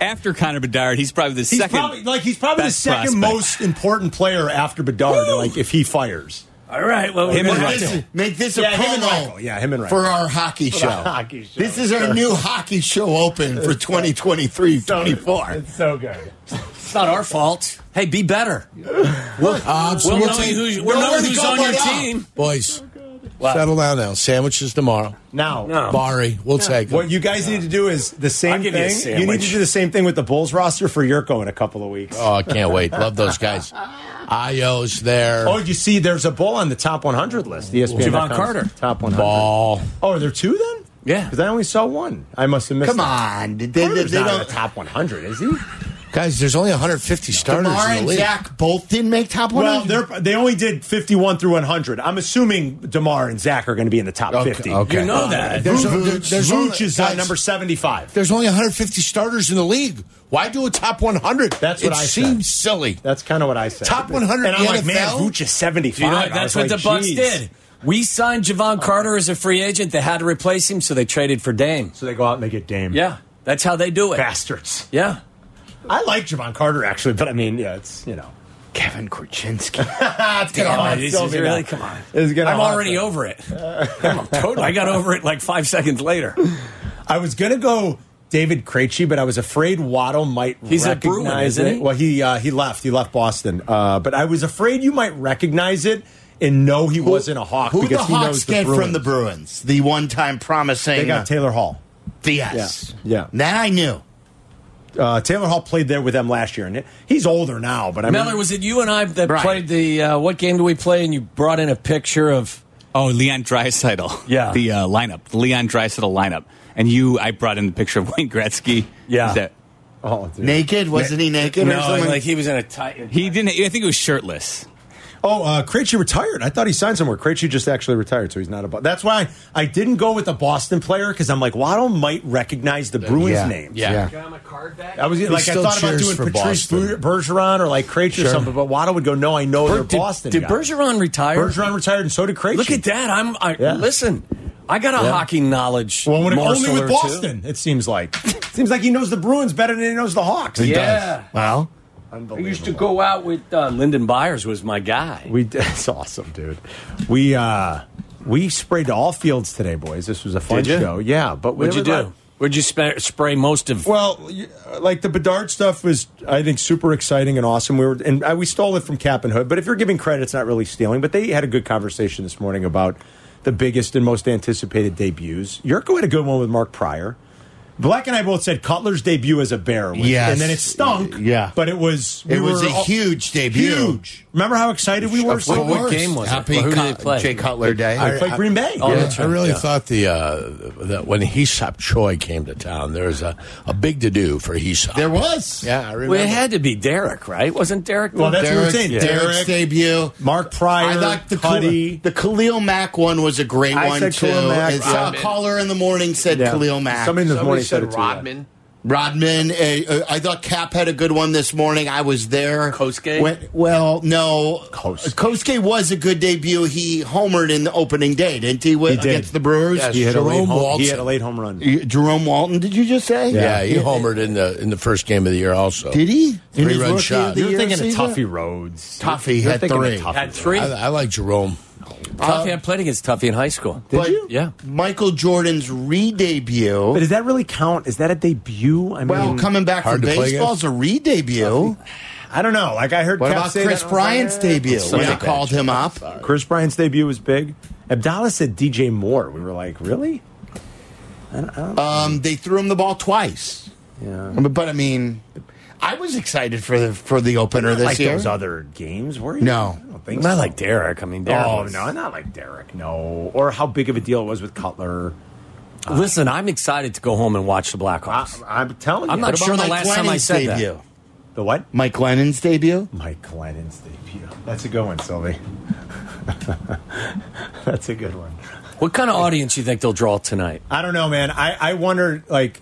[SPEAKER 7] after Connor Bedard. He's probably the
[SPEAKER 3] He's
[SPEAKER 7] second.
[SPEAKER 3] probably like he's probably the
[SPEAKER 7] best
[SPEAKER 3] second
[SPEAKER 7] prospect.
[SPEAKER 3] most important player after Bedard. Like if he fires,
[SPEAKER 4] All right. Well,
[SPEAKER 7] Him
[SPEAKER 4] we're
[SPEAKER 7] and
[SPEAKER 4] gonna-
[SPEAKER 5] Make this, make this a
[SPEAKER 3] Yeah, him and
[SPEAKER 5] promo.
[SPEAKER 3] Reichel. Yeah, him and Reichel.
[SPEAKER 5] for our hockey show.
[SPEAKER 3] hockey show,
[SPEAKER 5] This is our new hockey show open for 2023 24.
[SPEAKER 3] it's so good.
[SPEAKER 1] It's not our fault. Hey, be better.
[SPEAKER 6] Uh, so
[SPEAKER 7] We'll
[SPEAKER 6] we'll
[SPEAKER 7] know
[SPEAKER 6] take-
[SPEAKER 7] who's, we'll know
[SPEAKER 5] Nowhere to
[SPEAKER 7] who's
[SPEAKER 5] go
[SPEAKER 7] on
[SPEAKER 5] but
[SPEAKER 7] your
[SPEAKER 5] up.
[SPEAKER 7] team.
[SPEAKER 6] Boys, settle down now. Sandwiches tomorrow.
[SPEAKER 3] Now,
[SPEAKER 4] No.
[SPEAKER 6] Barry, we'll take 'em.
[SPEAKER 3] Oh. what you guys need to do is the
[SPEAKER 4] I'll
[SPEAKER 3] same
[SPEAKER 4] give you a
[SPEAKER 3] thing. You need
[SPEAKER 4] sandwich.
[SPEAKER 3] to do the same thing with the Bulls roster for Yurko in a couple of weeks.
[SPEAKER 6] Oh, I can't wait. Love those guys. Io's there.
[SPEAKER 3] Oh, you see, there's a bull on the top 100 list. The ESPN
[SPEAKER 4] Javon Carter.
[SPEAKER 3] top 100.
[SPEAKER 6] Ball.
[SPEAKER 3] Oh, are there two then?
[SPEAKER 4] Yeah.
[SPEAKER 3] because I only saw one. I must have missed.
[SPEAKER 5] Come
[SPEAKER 3] it.
[SPEAKER 5] on. They, they,
[SPEAKER 3] Carter's
[SPEAKER 5] they
[SPEAKER 3] not in
[SPEAKER 5] don't.
[SPEAKER 3] the top 100, is he?
[SPEAKER 6] Guys, there's only 150 starters
[SPEAKER 5] Kamara
[SPEAKER 6] in
[SPEAKER 5] and
[SPEAKER 6] the league.
[SPEAKER 5] Zach both didn't make top
[SPEAKER 3] Well,
[SPEAKER 5] 100.
[SPEAKER 3] they're, they only did 51 through 100. I'm assuming Demar and Zach are going to be in the top
[SPEAKER 6] Okay,
[SPEAKER 3] 50.
[SPEAKER 6] okay.
[SPEAKER 4] You know that.
[SPEAKER 6] There's,
[SPEAKER 5] Vooch-
[SPEAKER 6] there- there's only,
[SPEAKER 3] Vooch is on
[SPEAKER 6] guys,
[SPEAKER 3] number 75.
[SPEAKER 6] There's only 150 starters in the league. Why do a top 100?
[SPEAKER 3] That's what
[SPEAKER 6] it
[SPEAKER 3] I said.
[SPEAKER 6] seems silly.
[SPEAKER 3] That's kind of what I said.
[SPEAKER 6] Top 100
[SPEAKER 3] And I'm like,
[SPEAKER 6] NFL?
[SPEAKER 3] man, Vooch is 75.
[SPEAKER 4] You know what?
[SPEAKER 3] I
[SPEAKER 4] That's
[SPEAKER 3] was
[SPEAKER 4] what
[SPEAKER 3] like,
[SPEAKER 4] the Bucks
[SPEAKER 3] geez.
[SPEAKER 4] did.
[SPEAKER 1] We signed Javon Carter as a free agent. They had to replace him, so they traded for Dame.
[SPEAKER 3] So they go out and they get Dame.
[SPEAKER 1] Yeah, that's how they do it.
[SPEAKER 3] Bastards.
[SPEAKER 1] Yeah.
[SPEAKER 3] I like Javon Carter, actually, but I mean, yeah, it's, you know.
[SPEAKER 5] Kevin Korchinski.
[SPEAKER 3] That's going
[SPEAKER 1] Come on, this is really, come on.
[SPEAKER 3] It's gonna
[SPEAKER 1] I'm
[SPEAKER 3] haunt
[SPEAKER 1] already
[SPEAKER 3] them.
[SPEAKER 1] over it. I'm totally, I got over it like five seconds later.
[SPEAKER 3] I was going to go David Krejci, but I was afraid Waddle might
[SPEAKER 1] He's a
[SPEAKER 3] recognize
[SPEAKER 1] Bruin, isn't
[SPEAKER 3] it.
[SPEAKER 1] he?
[SPEAKER 3] Well, he uh, he left. He left Boston. Uh, but I was afraid you might recognize it and know he wasn't a Hawk
[SPEAKER 5] Who
[SPEAKER 3] because
[SPEAKER 5] the
[SPEAKER 3] he
[SPEAKER 5] Hawks
[SPEAKER 3] knows
[SPEAKER 5] get
[SPEAKER 3] the Bruins.
[SPEAKER 5] from the Bruins? The one time promising
[SPEAKER 3] They got Taylor Hall.
[SPEAKER 5] DS.
[SPEAKER 3] Yeah, yeah.
[SPEAKER 5] That I knew.
[SPEAKER 3] Uh, Taylor Hall played there with them last year, and he's older now. But I mean,
[SPEAKER 1] Mellor, was it you and I that
[SPEAKER 5] Right.
[SPEAKER 1] played the, uh, what game do we play? And you brought in a picture of,
[SPEAKER 7] Oh, Leon Dreisaitl.
[SPEAKER 1] Yeah.
[SPEAKER 7] the uh, lineup, the Leon Dreisaitl lineup, and you. I brought in the picture of Wayne Gretzky.
[SPEAKER 1] Yeah.
[SPEAKER 7] Is that-
[SPEAKER 3] oh, dude.
[SPEAKER 5] Naked? Wasn't he naked or
[SPEAKER 1] no,
[SPEAKER 5] something?
[SPEAKER 1] like he was in a tight.
[SPEAKER 7] he didn't. I think it was shirtless.
[SPEAKER 3] Oh, uh, Krejci retired. I thought he signed somewhere. Krejci just actually retired, so he's not a. Bo- That's why I didn't go with the Boston player because I'm like Waddle might recognize the Bruins
[SPEAKER 5] Yeah.
[SPEAKER 3] name.
[SPEAKER 5] Yeah.
[SPEAKER 3] I was like I
[SPEAKER 6] still
[SPEAKER 3] thought about
[SPEAKER 6] cheers
[SPEAKER 3] doing
[SPEAKER 6] for
[SPEAKER 3] Patrice
[SPEAKER 6] Boston.
[SPEAKER 3] Bergeron or like Krejci or something, but Waddle would go, "No, I know they're
[SPEAKER 1] Did,
[SPEAKER 3] Boston."
[SPEAKER 1] did
[SPEAKER 3] guys."
[SPEAKER 1] Bergeron retire?
[SPEAKER 3] Bergeron retired, and so did Krejci.
[SPEAKER 1] Look at that. I'm. I,
[SPEAKER 3] Yeah.
[SPEAKER 1] Listen, I got a hockey knowledge.
[SPEAKER 3] Well, when it,
[SPEAKER 1] morsel
[SPEAKER 3] only with
[SPEAKER 1] or two.
[SPEAKER 3] Boston, it seems like. seems like he knows the Bruins better than he knows the Hawks.
[SPEAKER 1] Yeah.
[SPEAKER 5] Well,
[SPEAKER 1] I used to go out with uh, Lyndon Byers was my guy.
[SPEAKER 3] We that's awesome, dude. We uh we sprayed to all fields today, boys. This was a fun
[SPEAKER 1] Did you?
[SPEAKER 3] show. Yeah, but we-
[SPEAKER 1] What'd you do? Where'd you spa- spray most of?
[SPEAKER 3] Well, you- like the Bedard stuff was, I think, super exciting and awesome. We were, and I, we stole it from Cap and Hood. But if you're giving credit, it's not really stealing. But they had a good conversation this morning about the biggest and most anticipated debuts. Yurko had a good one with Mark Pryor. Black and I both said Cutler's debut as a bear, was,
[SPEAKER 5] Yes.
[SPEAKER 3] and then it stunk.
[SPEAKER 5] Yeah.
[SPEAKER 3] but it was we
[SPEAKER 5] It was
[SPEAKER 3] were
[SPEAKER 5] a huge debut.
[SPEAKER 3] Huge. Remember how excited we were?
[SPEAKER 5] Of
[SPEAKER 3] So
[SPEAKER 5] course.
[SPEAKER 3] worse.
[SPEAKER 1] game was it?
[SPEAKER 5] Happy
[SPEAKER 1] Who did they
[SPEAKER 5] Cut-
[SPEAKER 1] play?
[SPEAKER 5] Jay Cutler Day.
[SPEAKER 3] They played Green Bay.
[SPEAKER 1] Oh,
[SPEAKER 6] Yeah,
[SPEAKER 1] that's
[SPEAKER 6] I
[SPEAKER 1] right,
[SPEAKER 6] really
[SPEAKER 1] yeah.
[SPEAKER 6] thought the uh, that when Hesop Choi came to town, there was a, a big to do for Hesop.
[SPEAKER 5] there was.
[SPEAKER 6] yeah, I remember.
[SPEAKER 1] Well, it had to be Derek, right? Wasn't Derek? the-
[SPEAKER 3] Well, that's what
[SPEAKER 5] Derek,
[SPEAKER 3] we're saying.
[SPEAKER 5] Derek's
[SPEAKER 3] Derek,
[SPEAKER 5] debut.
[SPEAKER 3] Mark Pryor,
[SPEAKER 5] I thought the
[SPEAKER 3] Cuddy.
[SPEAKER 5] Khalil, the Khalil Mack one was a great
[SPEAKER 3] I
[SPEAKER 5] one
[SPEAKER 3] said
[SPEAKER 5] too.
[SPEAKER 3] Khalil Mack,
[SPEAKER 5] I saw a
[SPEAKER 3] Rodman.
[SPEAKER 5] caller in the morning said
[SPEAKER 3] Yeah.
[SPEAKER 5] Khalil Mack.
[SPEAKER 3] Somebody in the morning said, it too, yeah.
[SPEAKER 9] Rodman.
[SPEAKER 5] Rodman. Uh, uh, I thought Cap had a good one this morning. I was there.
[SPEAKER 1] Kosuke?
[SPEAKER 5] When- well, no.
[SPEAKER 3] Kosuke.
[SPEAKER 5] Kosuke was a good debut. He homered in the opening day, didn't he? With,
[SPEAKER 3] He did.
[SPEAKER 5] Against the Brewers.
[SPEAKER 6] Yes.
[SPEAKER 3] He had, a late
[SPEAKER 6] Jerome
[SPEAKER 3] home, he
[SPEAKER 6] Walton.
[SPEAKER 3] had a late home run.
[SPEAKER 5] Uh, Jerome Walton. Did you just say?
[SPEAKER 6] yeah, he homered in the in the first game of the year. Also,
[SPEAKER 5] Did he? In
[SPEAKER 6] Three
[SPEAKER 5] his
[SPEAKER 6] run
[SPEAKER 5] rookie
[SPEAKER 6] shot.
[SPEAKER 5] of the
[SPEAKER 6] You're
[SPEAKER 5] year season?
[SPEAKER 3] Rhodes.
[SPEAKER 5] Toffee had three.
[SPEAKER 1] Had three.
[SPEAKER 6] I, I like Jerome.
[SPEAKER 1] Tuffy, I played against Tuffy in high school.
[SPEAKER 5] But
[SPEAKER 3] you?
[SPEAKER 1] Yeah.
[SPEAKER 5] Michael Jordan's re-debut.
[SPEAKER 3] But Mm. does that really count? Is that a debut? I mean,
[SPEAKER 5] Well, coming back
[SPEAKER 6] Hard
[SPEAKER 5] from
[SPEAKER 6] to play
[SPEAKER 5] baseball's a re-debut.
[SPEAKER 3] I don't know. Like I heard
[SPEAKER 5] What
[SPEAKER 3] Cap
[SPEAKER 5] about
[SPEAKER 3] say
[SPEAKER 5] Chris
[SPEAKER 3] that,
[SPEAKER 5] Bryant's debut?
[SPEAKER 3] Sorry.
[SPEAKER 5] When I called him up,
[SPEAKER 3] Chris Bryant's debut was big. Abdallah said DJ Moore. We were like, really?
[SPEAKER 5] um, they threw him the ball twice.
[SPEAKER 3] Yeah.
[SPEAKER 5] But, but, I mean, I was excited for the for the opener this
[SPEAKER 3] like
[SPEAKER 5] year.
[SPEAKER 3] those other games, were you?
[SPEAKER 5] No.
[SPEAKER 3] I don't think
[SPEAKER 1] Not
[SPEAKER 3] so.
[SPEAKER 1] like Derek. I mean, Derek.
[SPEAKER 3] Oh
[SPEAKER 1] was-
[SPEAKER 3] no, not like Derek. No, or how big of a deal it was with Cutler.
[SPEAKER 1] Listen, I'm excited to go home and watch the
[SPEAKER 3] I,
[SPEAKER 1] Blackhawks.
[SPEAKER 3] I'm telling you,
[SPEAKER 1] I'm not
[SPEAKER 5] What about
[SPEAKER 1] sure the
[SPEAKER 5] Mike
[SPEAKER 1] last time I
[SPEAKER 5] Glennon's
[SPEAKER 1] said that.
[SPEAKER 5] debut?
[SPEAKER 3] the what
[SPEAKER 5] Mike Lennon's debut.
[SPEAKER 3] Mike Glennon's debut. That's a good one, Sylvie. That's a good one.
[SPEAKER 1] What kind of audience you think they'll draw tonight?
[SPEAKER 3] I don't know, man. I, I wonder, like,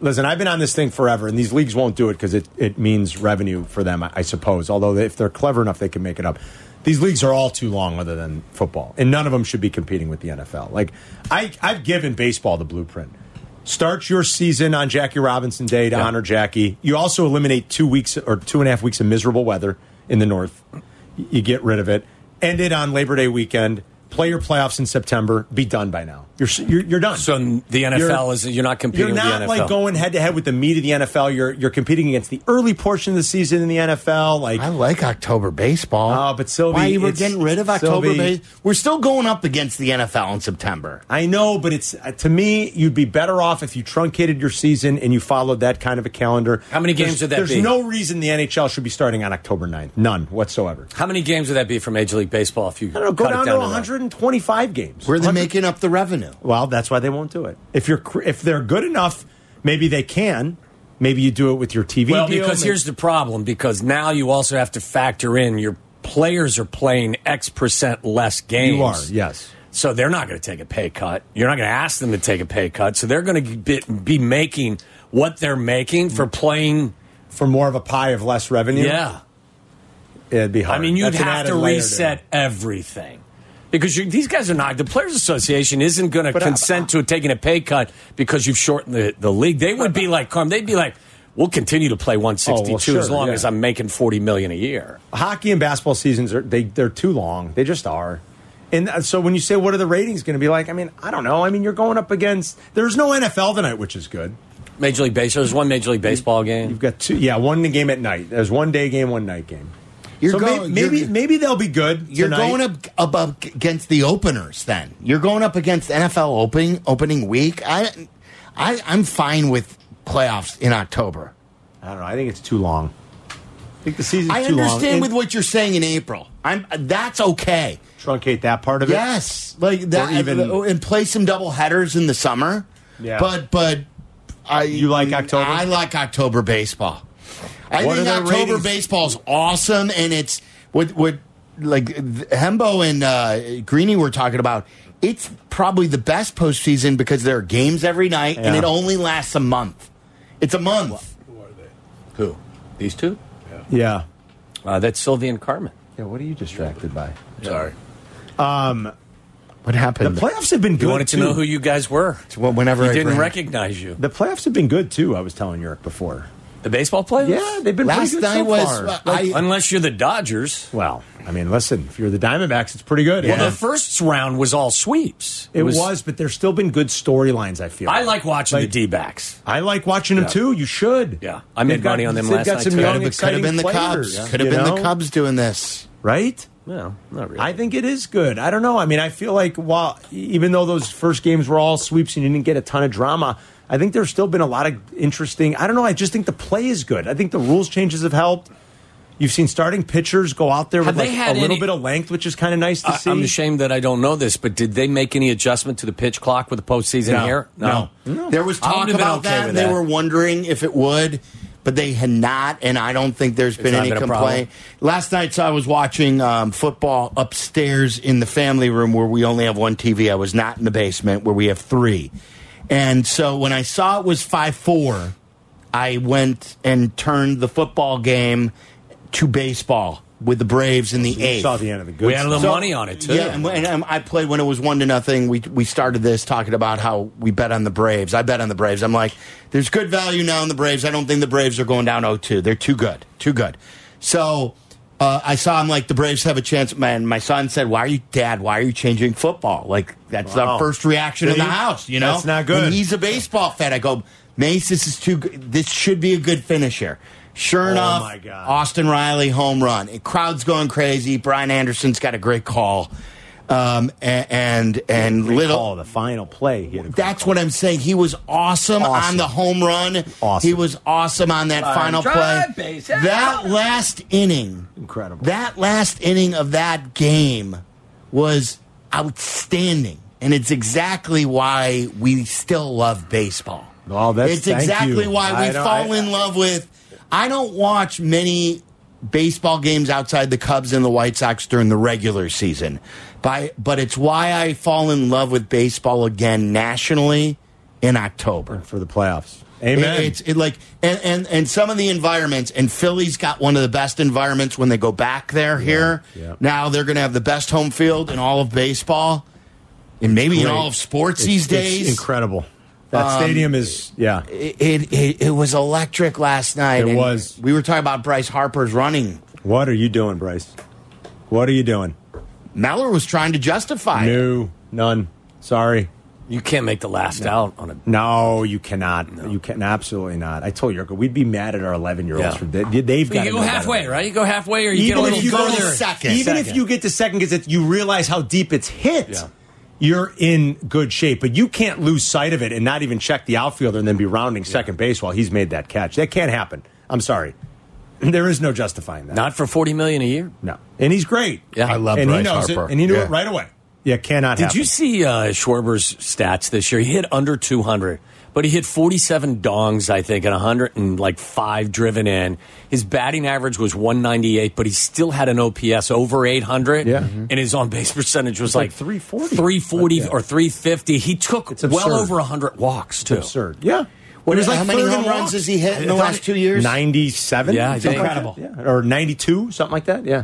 [SPEAKER 3] listen, I've been on this thing forever, and these leagues won't do it because it, it means revenue for them, I, I suppose. Although, they, if they're clever enough, they can make it up. These leagues are all too long, other than football, and none of them should be competing with the NFL. Like, I, I've given baseball the blueprint. Start your season on Jackie Robinson Day to honor Jackie. You also eliminate two weeks or two and a half weeks of miserable weather in the North. Y- You get rid of it. End it on Labor Day weekend. Play your playoffs in September. Be done by now. You're s- you're, you're done.
[SPEAKER 1] So the NFL is you're not competing
[SPEAKER 3] You're
[SPEAKER 1] with the
[SPEAKER 3] not
[SPEAKER 1] NFL.
[SPEAKER 3] like going head to head with the meat of the NFL. You're you're competing against the early portion of the season in the NFL. Like
[SPEAKER 5] I like October baseball.
[SPEAKER 3] Oh, but Sylvie,
[SPEAKER 5] why you were
[SPEAKER 3] it's-
[SPEAKER 5] getting rid of October?
[SPEAKER 3] Sylvie-
[SPEAKER 5] Base- we're still going up against the NFL in September.
[SPEAKER 3] I know, but it's uh, to me, you'd be better off if you truncated your season and you followed that kind of a calendar.
[SPEAKER 1] How many games
[SPEAKER 3] there's,
[SPEAKER 1] would that
[SPEAKER 3] there's
[SPEAKER 1] be?
[SPEAKER 3] no reason the NHL should be starting on October 9th. None whatsoever.
[SPEAKER 1] How many games would that be for Major League Baseball if you
[SPEAKER 3] I don't know. Go
[SPEAKER 1] cut
[SPEAKER 3] down,
[SPEAKER 1] it down
[SPEAKER 3] to
[SPEAKER 1] that?
[SPEAKER 3] 125 games.
[SPEAKER 5] Where are they
[SPEAKER 3] 100
[SPEAKER 5] making up the revenue?
[SPEAKER 3] Well, that's why they won't do it. If you're cr- if they're good enough, maybe they can. Maybe you do it with your TV.
[SPEAKER 1] Well,
[SPEAKER 3] deal,
[SPEAKER 1] because
[SPEAKER 3] maybe-
[SPEAKER 1] here's the problem. Because now you also have to factor in your players are playing X percent less games.
[SPEAKER 3] you are yes.
[SPEAKER 1] So they're not going to take a pay cut. You're not going to ask them to take a pay cut. So they're going to be, be making what they're making for playing.
[SPEAKER 3] for more of a pie of less revenue.
[SPEAKER 1] Yeah.
[SPEAKER 3] it'd be hard.
[SPEAKER 1] I mean, you'd
[SPEAKER 3] That's an
[SPEAKER 1] have
[SPEAKER 3] added
[SPEAKER 1] to
[SPEAKER 3] layer
[SPEAKER 1] reset everything. Because you these guys are not, the Players Association isn't going to
[SPEAKER 3] But I-
[SPEAKER 1] consent to taking a pay cut because you've shortened the, the league. They would be like, come, they'd be like, we'll continue to play 162 as
[SPEAKER 3] Oh, sure,
[SPEAKER 1] long
[SPEAKER 3] yeah.
[SPEAKER 1] as I'm making 40 million a year.
[SPEAKER 3] Hockey and basketball seasons are they they're too long. They just are. And uh, so when you say what are the ratings going to be like? I mean, I don't know. I mean, you're going up against there's no NFL tonight, which is good.
[SPEAKER 1] Major League Baseball, there's one Major League Baseball game.
[SPEAKER 3] You've got two, yeah, one game at night. There's one day game, one night game.
[SPEAKER 5] You're
[SPEAKER 3] so may-
[SPEAKER 5] going-
[SPEAKER 3] maybe
[SPEAKER 5] you're-
[SPEAKER 3] maybe they'll be good.
[SPEAKER 5] You're
[SPEAKER 3] tonight.
[SPEAKER 5] going up, up up against the openers. Then you're going up against NFL opening opening week. I, I I'm fine with playoffs in October.
[SPEAKER 3] I don't know. I think it's too long. I think the season's
[SPEAKER 5] I
[SPEAKER 3] too long.
[SPEAKER 5] understand
[SPEAKER 3] And
[SPEAKER 5] with what you're saying in April. I'm that's okay.
[SPEAKER 3] truncate that part of it.
[SPEAKER 5] Yes, like that, uh,
[SPEAKER 3] Or even-
[SPEAKER 5] and play some double headers in the summer.
[SPEAKER 3] Yeah.
[SPEAKER 5] but but I
[SPEAKER 3] You like October?
[SPEAKER 5] I like October baseball. I
[SPEAKER 3] What
[SPEAKER 5] think
[SPEAKER 3] are the
[SPEAKER 5] October
[SPEAKER 3] ratings?
[SPEAKER 5] baseball's awesome, and it's what what like th- Hembo and uh, Greeny were talking about. It's probably the best postseason because there are games every night, and
[SPEAKER 3] Yeah.
[SPEAKER 5] it only lasts a month. It's a month.
[SPEAKER 1] Who? These two?
[SPEAKER 3] Yeah.
[SPEAKER 1] Uh, that's Sylvia and Carmen.
[SPEAKER 5] Yeah, what are you distracted by?
[SPEAKER 1] Sorry.
[SPEAKER 5] What
[SPEAKER 3] The
[SPEAKER 5] happened?
[SPEAKER 3] playoffs have been good.
[SPEAKER 1] You wanted to
[SPEAKER 3] too.
[SPEAKER 1] know who you guys were.
[SPEAKER 5] Well, whenever
[SPEAKER 1] You
[SPEAKER 5] I
[SPEAKER 1] didn't
[SPEAKER 5] bring-
[SPEAKER 1] recognize you.
[SPEAKER 3] the playoffs have been good too. I was telling Yurik before.
[SPEAKER 1] The baseball players?
[SPEAKER 3] Yeah, they've been pretty
[SPEAKER 5] Last
[SPEAKER 3] good
[SPEAKER 5] night
[SPEAKER 3] so
[SPEAKER 5] was
[SPEAKER 1] uh,
[SPEAKER 3] far.
[SPEAKER 5] I,
[SPEAKER 1] Unless you're the Dodgers.
[SPEAKER 3] well, I mean, listen, if you're the Diamondbacks, it's pretty good.
[SPEAKER 1] Well, the first round was all sweeps.
[SPEAKER 3] it was, but there's still been good storylines. I feel.
[SPEAKER 1] I like watching
[SPEAKER 3] Like-
[SPEAKER 1] the D backs.
[SPEAKER 3] I like watching them too. You should.
[SPEAKER 1] Yeah. I made
[SPEAKER 3] They've got-
[SPEAKER 1] money on them
[SPEAKER 3] they've
[SPEAKER 1] last
[SPEAKER 3] got
[SPEAKER 1] night,
[SPEAKER 3] Some
[SPEAKER 1] too. Could
[SPEAKER 3] young,
[SPEAKER 5] It could have
[SPEAKER 3] exciting
[SPEAKER 5] been the
[SPEAKER 3] players,
[SPEAKER 5] Cubs. Could have
[SPEAKER 3] you
[SPEAKER 5] been the
[SPEAKER 3] know?
[SPEAKER 5] Cubs doing this.
[SPEAKER 3] right?
[SPEAKER 1] No, not really.
[SPEAKER 3] I think it is good. I don't know. I mean, I feel like while even though those first games were all sweeps and you didn't get a ton of drama, I think there's still been a lot of interesting. I don't know. I just think the play is good. I think the rules changes have helped. You've seen starting pitchers go out there
[SPEAKER 1] Have
[SPEAKER 3] with like
[SPEAKER 1] they had
[SPEAKER 3] a little
[SPEAKER 1] any-
[SPEAKER 3] bit of length, which is kind of nice to
[SPEAKER 1] I,
[SPEAKER 3] see.
[SPEAKER 1] I'm ashamed that I don't know this, but did they make any adjustment to the pitch clock with the postseason
[SPEAKER 3] No.
[SPEAKER 1] here?
[SPEAKER 3] No. No.
[SPEAKER 5] There was
[SPEAKER 1] I
[SPEAKER 5] talk
[SPEAKER 1] would've been
[SPEAKER 5] about
[SPEAKER 1] okay
[SPEAKER 5] that,
[SPEAKER 1] with
[SPEAKER 5] and they
[SPEAKER 1] that.
[SPEAKER 5] were wondering if it would, but they had not, and I don't think there's been
[SPEAKER 1] not
[SPEAKER 5] any
[SPEAKER 1] been a problem.
[SPEAKER 5] complaint. Last night, so I was watching um, football upstairs in the family room where we only have one TV. I was not in the basement where we have three. And so when I saw it was 5 4, I went and turned the football game to baseball with the Braves in the
[SPEAKER 3] You
[SPEAKER 5] eighth.
[SPEAKER 3] saw the end of the good.
[SPEAKER 1] We had a
[SPEAKER 3] stuff.
[SPEAKER 1] little
[SPEAKER 5] So-
[SPEAKER 1] money on it, too.
[SPEAKER 5] Yeah, and, and, um, I played when it was one to nothing. We we started this talking about how we bet on the Braves. I bet on the Braves. I'm like, there's good value now in the Braves. I don't think the Braves are going down 0-2. They're too good, too good. So uh, I saw. I'm like, the Braves have a chance. Man, my son said, "Why are you, Dad? Why are you changing football?" Like that's
[SPEAKER 3] Wow.
[SPEAKER 5] our first reaction in the
[SPEAKER 3] See?
[SPEAKER 5] house. You know,
[SPEAKER 3] That's not good.
[SPEAKER 5] And he's a baseball fan. I go, Mace, this is too. good. This should be a good finisher. Sure enough,
[SPEAKER 3] Oh my God.
[SPEAKER 5] Austin Riley home run. And crowd's going crazy. Brian Anderson's got a great call. Um, a- and and,
[SPEAKER 3] Great
[SPEAKER 5] little
[SPEAKER 3] call, the final play. He had a great
[SPEAKER 5] that's
[SPEAKER 3] call.
[SPEAKER 5] what I'm saying. He was awesome,
[SPEAKER 3] Awesome.
[SPEAKER 5] on the home run.
[SPEAKER 3] Awesome.
[SPEAKER 5] He was awesome on that final play.
[SPEAKER 1] drive, base hit.
[SPEAKER 5] That last inning,
[SPEAKER 3] Incredible.
[SPEAKER 5] That last inning of that game was outstanding, and it's exactly why we still love baseball.
[SPEAKER 3] Oh, that's-
[SPEAKER 5] it's
[SPEAKER 3] thank
[SPEAKER 5] exactly
[SPEAKER 3] you.
[SPEAKER 5] why
[SPEAKER 3] I
[SPEAKER 5] we
[SPEAKER 3] don't-
[SPEAKER 5] fall
[SPEAKER 3] I-
[SPEAKER 5] in love with. I don't watch many baseball games outside the Cubs and the White Sox during the regular season. By, but it's why I fall in love with baseball again nationally in October.
[SPEAKER 3] for the playoffs.
[SPEAKER 5] It-
[SPEAKER 3] Amen.
[SPEAKER 5] it's it like and, and and some of the environments and Philly's got one of the best environments when they go back there here.
[SPEAKER 3] yeah.
[SPEAKER 5] Now they're going to have the best home field in all of baseball and maybe in
[SPEAKER 3] Great.
[SPEAKER 5] all of sports
[SPEAKER 3] It's-
[SPEAKER 5] these
[SPEAKER 3] it's
[SPEAKER 5] days. Um,
[SPEAKER 3] incredible. That stadium is yeah.
[SPEAKER 5] It, it, it, it was electric last night.
[SPEAKER 3] It
[SPEAKER 5] and
[SPEAKER 3] was.
[SPEAKER 5] We were talking about Bryce Harper's running.
[SPEAKER 3] What are you doing, Bryce? What are you doing?
[SPEAKER 5] Meller was trying to justify. it.
[SPEAKER 3] No, none. Sorry.
[SPEAKER 1] You can't make the last out on a.
[SPEAKER 3] No, you cannot. You can absolutely not. I told Yurko we'd be mad at our eleven-year-olds
[SPEAKER 1] Yeah.
[SPEAKER 3] for that. They've got
[SPEAKER 1] You
[SPEAKER 3] to
[SPEAKER 1] go halfway, right? You go halfway, or you
[SPEAKER 3] Even
[SPEAKER 1] get a little
[SPEAKER 3] if you go
[SPEAKER 1] further.
[SPEAKER 5] to second.
[SPEAKER 3] Even if
[SPEAKER 1] Second.
[SPEAKER 3] you get to second, because you realize how deep it's hit,
[SPEAKER 1] Yeah.
[SPEAKER 3] you're in good shape. But you can't lose sight of it and not even check the outfielder and then be rounding second base while he's made that catch. That can't happen. I'm sorry. There is no justifying that.
[SPEAKER 1] Not for forty million a year.
[SPEAKER 3] no, and he's great.
[SPEAKER 1] Yeah.
[SPEAKER 6] I love
[SPEAKER 3] and
[SPEAKER 6] Bryce
[SPEAKER 3] he knows
[SPEAKER 6] Harper.
[SPEAKER 3] it, and he knew
[SPEAKER 6] Yeah.
[SPEAKER 3] it right away. Yeah, cannot.
[SPEAKER 1] Did
[SPEAKER 3] happen.
[SPEAKER 1] you see uh, Schwarber's stats this year? He hit under 200, but he hit 47 dongs, I think, and 105 driven in. His batting average was 198, but he still had an OPS over 800,
[SPEAKER 3] Yeah. Mhm.
[SPEAKER 1] and his on base percentage was
[SPEAKER 3] like
[SPEAKER 1] like,
[SPEAKER 3] 340.
[SPEAKER 1] 340
[SPEAKER 3] Yeah.
[SPEAKER 1] or 350. He took
[SPEAKER 3] It's absurd.
[SPEAKER 1] well over 100 walks too.
[SPEAKER 3] absurd. Yeah.
[SPEAKER 5] What
[SPEAKER 3] It
[SPEAKER 5] is- how many
[SPEAKER 3] third
[SPEAKER 5] home
[SPEAKER 3] in
[SPEAKER 5] runs
[SPEAKER 3] walks.
[SPEAKER 5] has he hit in the
[SPEAKER 3] I
[SPEAKER 5] last
[SPEAKER 3] thought
[SPEAKER 5] two years?
[SPEAKER 3] 97?
[SPEAKER 1] Yeah, I
[SPEAKER 3] Something
[SPEAKER 1] think.
[SPEAKER 3] like that. Yeah. Or 92, something like that. Yeah.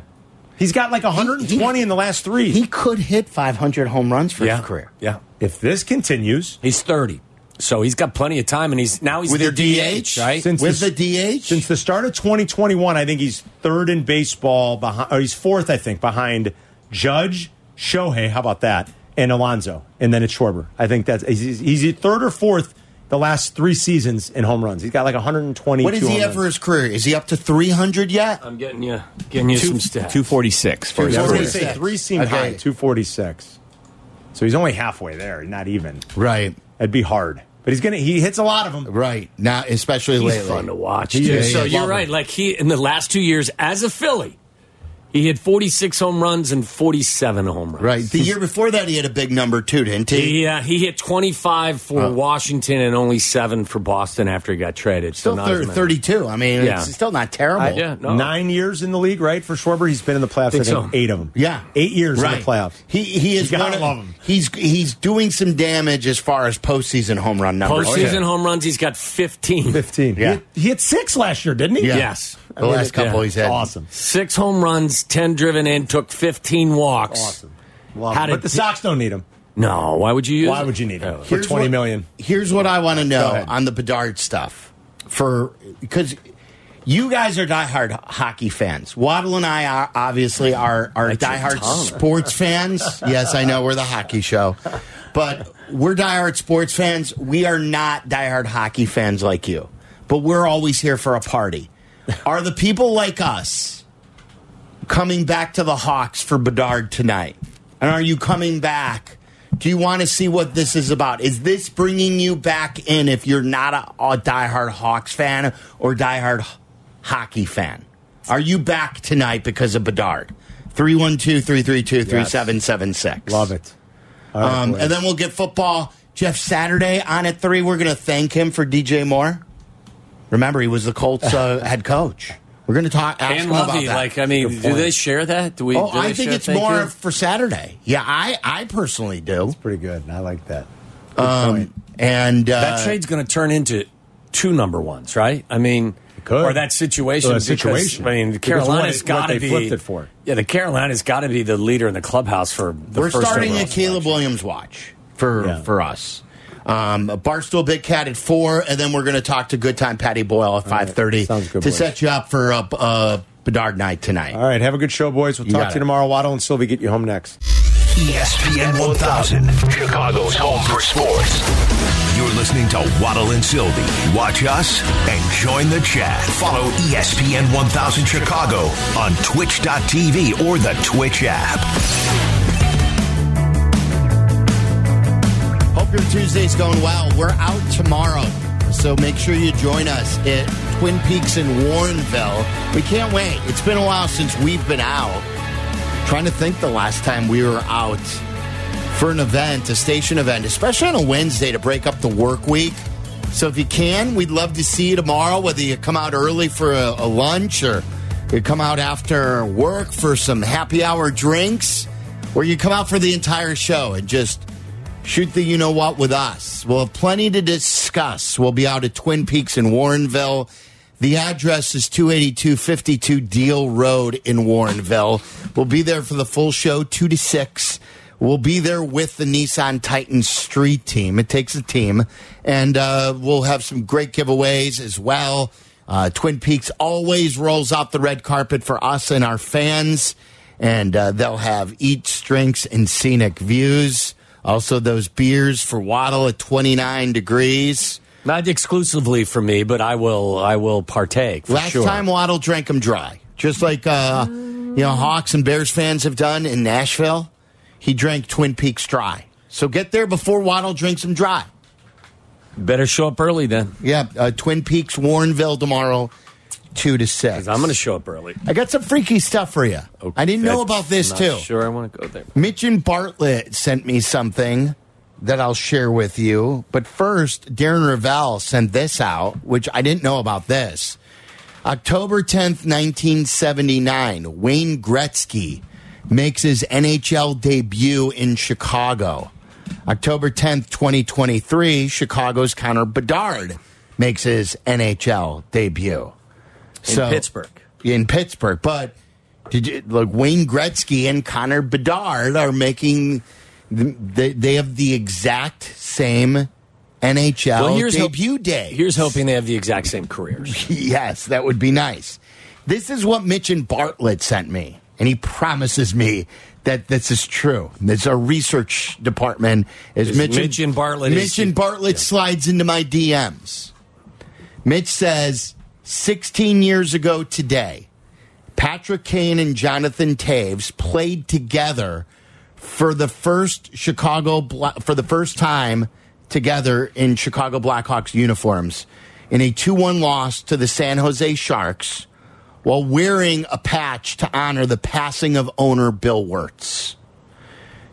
[SPEAKER 3] He's got like 120 in the last three.
[SPEAKER 5] He could hit 500 home runs for
[SPEAKER 1] Yeah,
[SPEAKER 5] his career.
[SPEAKER 1] Yeah,
[SPEAKER 3] if this continues,
[SPEAKER 1] he's 30, so he's got plenty of time, and he's now he's
[SPEAKER 5] With
[SPEAKER 1] the
[SPEAKER 5] your DH,
[SPEAKER 1] right?
[SPEAKER 3] Since
[SPEAKER 5] With
[SPEAKER 3] the-
[SPEAKER 5] the DH?
[SPEAKER 3] since the start of 2021, I think he's third in baseball behind or he's fourth, I think, behind Judge, Shohei, how about that? And Alonzo. And then it's Schwarber. I think that's he's, he's third or fourth the last three seasons in home runs. He's got like 120.
[SPEAKER 5] what is he have for his career? Is he up to 300 yet?
[SPEAKER 1] I'm getting you, getting you some stats.
[SPEAKER 7] 246 for
[SPEAKER 3] I was going to
[SPEAKER 5] 246.
[SPEAKER 3] say three seemed
[SPEAKER 5] Okay.
[SPEAKER 3] high, 246. So he's only halfway there, not even.
[SPEAKER 5] Right,
[SPEAKER 3] That'd be hard. But he's going to, he hits a lot of them.
[SPEAKER 5] right. Now, especially
[SPEAKER 1] He's
[SPEAKER 5] lately.
[SPEAKER 1] fun to watch.
[SPEAKER 3] He
[SPEAKER 1] too.
[SPEAKER 3] is.
[SPEAKER 1] So
[SPEAKER 5] Yeah, yeah.
[SPEAKER 1] you're right. Like he in the last two years as a Philly, He hit 46 home runs and 47 home runs.
[SPEAKER 5] Right. The year before that, he had a big number too, didn't he?
[SPEAKER 1] He, uh, he hit 25 for Washington and only seven for Boston after he got traded.
[SPEAKER 5] Still
[SPEAKER 1] so not
[SPEAKER 5] thir-
[SPEAKER 1] as many.
[SPEAKER 5] 32. I mean,
[SPEAKER 1] Yeah.
[SPEAKER 5] it's still not terrible.
[SPEAKER 1] I- yeah, no.
[SPEAKER 3] Nine years in the league, right? For Schwarber, he's been in the playoffs. I think,
[SPEAKER 1] Think so.
[SPEAKER 3] eight of them.
[SPEAKER 5] Yeah,
[SPEAKER 3] eight years in
[SPEAKER 5] Right.
[SPEAKER 3] the playoffs.
[SPEAKER 5] He he is
[SPEAKER 3] You gotta
[SPEAKER 5] one of,
[SPEAKER 3] love him.
[SPEAKER 5] He's he's doing some damage as far as postseason home run numbers.
[SPEAKER 1] Postseason home runs, he's got 15.
[SPEAKER 3] Fifteen. He
[SPEAKER 5] Yeah.
[SPEAKER 3] hit- He, hit six last year, didn't he?
[SPEAKER 5] Yeah.
[SPEAKER 1] Yes.
[SPEAKER 5] The last couple
[SPEAKER 1] yeah.
[SPEAKER 5] he's had.
[SPEAKER 3] Awesome.
[SPEAKER 1] Six home runs, 10 driven in, took 15 walks.
[SPEAKER 3] Awesome. Love
[SPEAKER 1] How
[SPEAKER 3] him.
[SPEAKER 1] did-
[SPEAKER 3] but the Sox don't need him.
[SPEAKER 1] No, why would you use
[SPEAKER 3] Why
[SPEAKER 1] it?
[SPEAKER 3] would you need him for
[SPEAKER 5] Here's
[SPEAKER 3] twenty
[SPEAKER 5] what-
[SPEAKER 3] million?
[SPEAKER 5] Here's what I want to know
[SPEAKER 3] ahead.
[SPEAKER 5] on the Bedard stuff for because you guys are diehard hockey fans. Waddle and I are obviously are are
[SPEAKER 1] your
[SPEAKER 5] diehard
[SPEAKER 1] tongue.
[SPEAKER 5] sports fans. yes, I know we're the hockey show, but we're diehard sports fans. We are not diehard hockey fans like you, but we're always here for a party. Are the people like us coming back to the Hawks for Bedard tonight? And are you coming back? Do you want to see what this is about? Is this bringing you back in if you're not a, a diehard Hawks fan or diehard h- hockey fan? Are you back tonight because of Bedard? 312 332 3776.
[SPEAKER 3] Love it.
[SPEAKER 5] Um, and then we'll get football. Jeff Saturday on at 3. We're going to thank him for DJ Moore. Remember, he was the Colts uh, head coach. We're going to talk. ask
[SPEAKER 1] And
[SPEAKER 5] him about
[SPEAKER 1] Lovey,
[SPEAKER 5] that.
[SPEAKER 1] like, I mean,
[SPEAKER 5] Good
[SPEAKER 1] do they
[SPEAKER 5] point.
[SPEAKER 1] share that? Do we?
[SPEAKER 5] Oh,
[SPEAKER 1] do they
[SPEAKER 5] I think
[SPEAKER 1] share
[SPEAKER 5] it's
[SPEAKER 1] thank
[SPEAKER 5] more
[SPEAKER 1] you?
[SPEAKER 5] for Saturday. Yeah, I I personally do.
[SPEAKER 3] Pretty good. I like that.
[SPEAKER 5] Um, and uh,
[SPEAKER 1] that trade's going to turn into two number ones, right? I mean,
[SPEAKER 3] could.
[SPEAKER 1] or that situation.
[SPEAKER 3] Or
[SPEAKER 1] because,
[SPEAKER 3] that situation.
[SPEAKER 1] I mean, the
[SPEAKER 3] Because what
[SPEAKER 1] Carolina's
[SPEAKER 3] it- what
[SPEAKER 1] got
[SPEAKER 3] they
[SPEAKER 1] to be
[SPEAKER 3] flipped it for.
[SPEAKER 1] Yeah, the Carolina's got to be the leader in the clubhouse for the
[SPEAKER 5] we're
[SPEAKER 1] first
[SPEAKER 5] starting
[SPEAKER 1] overall
[SPEAKER 5] a Caleb
[SPEAKER 1] selection.
[SPEAKER 5] Williams watch for
[SPEAKER 3] Yeah.
[SPEAKER 5] for us. Um, Barstool Big Cat at four, and then we're going to talk to Good Time Patty Boyle at five thirty
[SPEAKER 3] Sounds
[SPEAKER 5] to
[SPEAKER 3] good, boys.
[SPEAKER 5] set you up for a, a Bedard night tonight.
[SPEAKER 3] All right. Have a good show, boys. We'll
[SPEAKER 5] You
[SPEAKER 3] talk
[SPEAKER 5] got
[SPEAKER 3] to you
[SPEAKER 5] it.
[SPEAKER 3] tomorrow. Waddle and Sylvie get you home next.
[SPEAKER 9] E ESPN 1000, Chicago's home for sports. You're listening to Waddle and Sylvie. Watch us and join the chat. Follow E ESPN 1000 Chicago on twitch.tv or the Twitch app.
[SPEAKER 5] Hope your Tuesday's going well. We're out tomorrow, so make sure you join us at Twin Peaks in Warrenville. We can't wait. It's been a while since we've been out. Trying to think the last time we were out for an event, a station event, especially on a Wednesday to break up the work week. So if you can, we'd love to see you tomorrow, whether you come out early for a, a lunch or you come out after work for some happy hour drinks, or you come out for the entire show and just shoot the you know what with us. We'll have plenty to discuss. We'll be out at Twin Peaks in Warrenville. The address is 28252 Deal Road in Warrenville. We'll be there for the full show, 2 to 6. We'll be there with the Nissan Titan Street team. It takes a team. And uh, we'll have some great giveaways as well. Uh, Twin Peaks always rolls out the red carpet for us and our fans. And uh, they'll have eats, drinks, and scenic views. Also, those beers for Waddle at 29 degrees.
[SPEAKER 1] Not exclusively for me, but I will. I will partake. For
[SPEAKER 5] Last
[SPEAKER 1] sure.
[SPEAKER 5] time Waddle drank them dry, just like uh, you know Hawks and Bears fans have done in Nashville. He drank Twin Peaks dry. So get there before Waddle drinks them dry.
[SPEAKER 1] better show up early then,
[SPEAKER 5] Yeah, uh, Twin Peaks, Warrenville tomorrow, two to six.
[SPEAKER 1] 'cause I'm going to show up early.
[SPEAKER 5] I got some freaky stuff for you. I didn't know
[SPEAKER 1] That's
[SPEAKER 5] about this
[SPEAKER 1] not
[SPEAKER 5] too.
[SPEAKER 1] Sure, I want to go there.
[SPEAKER 5] Mitch and Bartlett sent me something that I'll share with you. But first, Darren Ravel sent this out, which I didn't know about this. October 10th, 1979, Wayne Gretzky makes his NHL debut in Chicago. October 10th, 2023, Chicago's Connor Bedard makes his NHL debut.
[SPEAKER 1] In Pittsburgh.
[SPEAKER 5] In Pittsburgh. But did you, like Wayne Gretzky and Connor Bedard are making, th- they, they have the exact same NHL
[SPEAKER 1] hope-
[SPEAKER 5] debut day.
[SPEAKER 1] Here's hoping they have the exact same careers.
[SPEAKER 5] Yes, that would be nice. This is what Mitch and Bartlett sent me, and he promises me that this is true. It's our research department. Is, Mitch,
[SPEAKER 1] Mitch and Bartlett is-
[SPEAKER 5] Mitch and Bartlett slides into my DMs. Mitch says, 16 years ago today, Patrick Kane and Jonathan Taves played together for the first Chicago Bla- for the first time together in Chicago Blackhawks uniforms in a 2-1 loss to the San Jose Sharks
[SPEAKER 6] while wearing a patch to honor the passing of owner Bill Wirtz.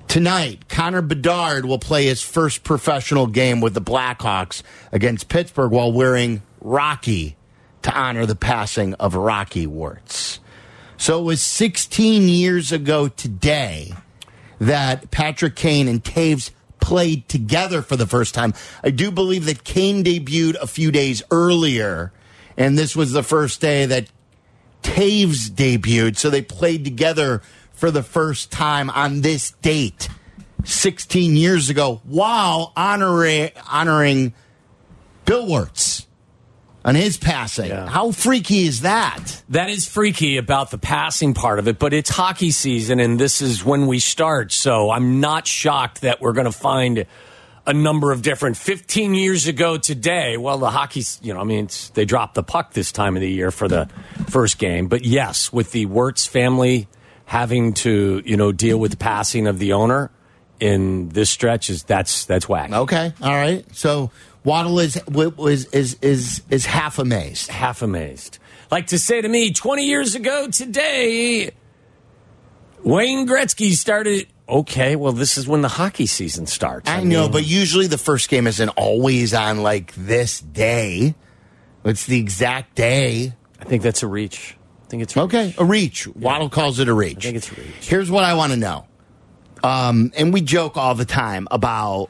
[SPEAKER 6] Tonight, Connor Bedard will play his first professional game with the Blackhawks against Pittsburgh while wearing Rocky to honor the passing of Rocky Wirtz. So it was 16 years ago today that Patrick Kane and Taves played together for the first time. I do believe that Kane debuted a few days earlier, and this was the first day that Taves debuted. So they played together for the first time on this date 16 years ago while honoring, honoring Bill Wirtz on his passing. How freaky is that?
[SPEAKER 1] That is freaky about the passing part of it, but it's hockey season and this is when we start. So I'm not shocked that we're going to find a number of different 15 years ago today. Well, the hockey's, you know, I mean, it's, they dropped the puck this time of the year for the first game. But yes, with the Wirtz family having to, you know, deal with the passing of the owner in this stretch is that's that's whack.
[SPEAKER 6] Okay, all right. So Waddle is was is is is half amazed.
[SPEAKER 1] half amazed. Like to say to me, 20 years ago today, Wayne Gretzky started. Okay, well, this is when the hockey season starts.
[SPEAKER 6] I know, but usually the first game isn't always on like this day. It's the exact day.
[SPEAKER 1] I think that's a reach. I think it's
[SPEAKER 6] Okay, a reach. Waddle calls it a reach. I
[SPEAKER 1] think it's a reach.
[SPEAKER 6] Here's what I want to know. Um, and we joke all the time about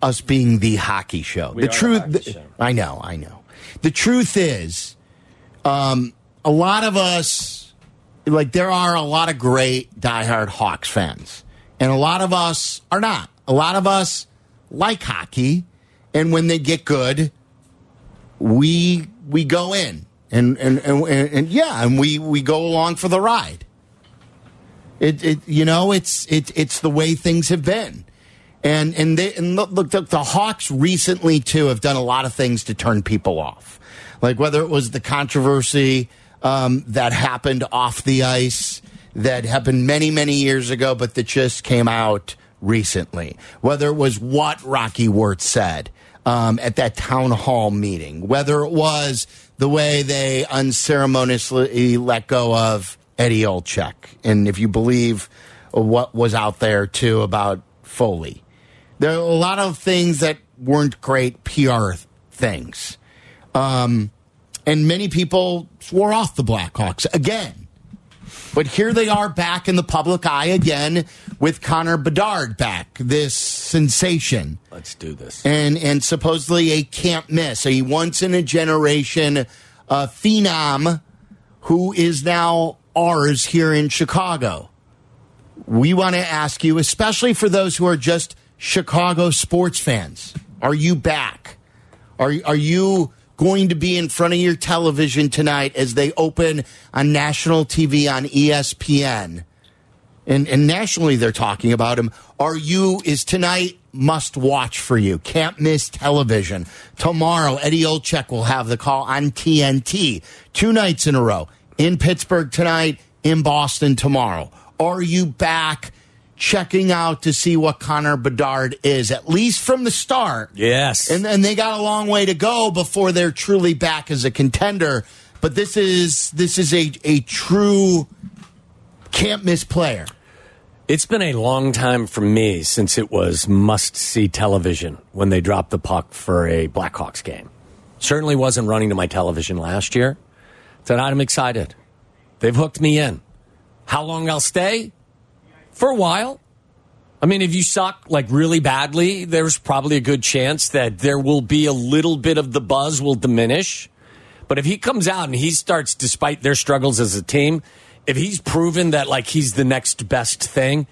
[SPEAKER 6] us being the hockey show. the
[SPEAKER 1] are the
[SPEAKER 6] truth,
[SPEAKER 1] hockey show.
[SPEAKER 6] I know, I know. The truth is, um, a lot of us, like there are a lot of great diehard Hawks fans, and a lot of us are not. A lot of us like hockey, and when they get good, we we go in and and and, and, and yeah, and we we go along for the ride. It, it you know it's it it's the way things have been, and and they and look, look the, the Hawks recently too have done a lot of things to turn people off, like whether it was the controversy um, that happened off the ice that happened many many years ago, but that just came out recently. Whether it was what Rocky Wirtz said um, at that town hall meeting, whether it was the way they unceremoniously let go of Eddie Olchek, and if you believe what was out there too about Foley, there are a lot of things that weren't great PR things, um, and many people swore off the Blackhawks again. But here they are back in the public eye again with Connor Bedard back, this sensation
[SPEAKER 1] Let's do this.
[SPEAKER 6] and and supposedly a can't miss, a once in a generation uh, phenom who is now ours here in Chicago. We want to ask you, especially for those who are just Chicago sports fans, are you back? Are are you going to be in front of your television tonight as they open on national TV on E ESPN? and and nationally they're talking about him. Are you is tonight must watch for you? Can't miss television. Tomorrow Eddie Olchek will have the call on TNT two nights in a row in Pittsburgh tonight, in Boston tomorrow. Are you back checking out to see what Connor Bedard is at least from the start?
[SPEAKER 1] Yes.
[SPEAKER 6] And and they got a long way to go before they're truly back as a contender. But this is this is a a true can't miss player.
[SPEAKER 1] It's been a long time for me since it was must see television when they dropped the puck for a Blackhawks game. Certainly wasn't running to my television last year. Tonight I'm excited. They've hooked me in. How long I'll stay? For a while. I mean, if you suck like really badly, there's probably a good chance that there will be a little bit of the buzz will diminish. But if he comes out and he starts, despite their struggles as a team, if he's proven that like he's the next best thing,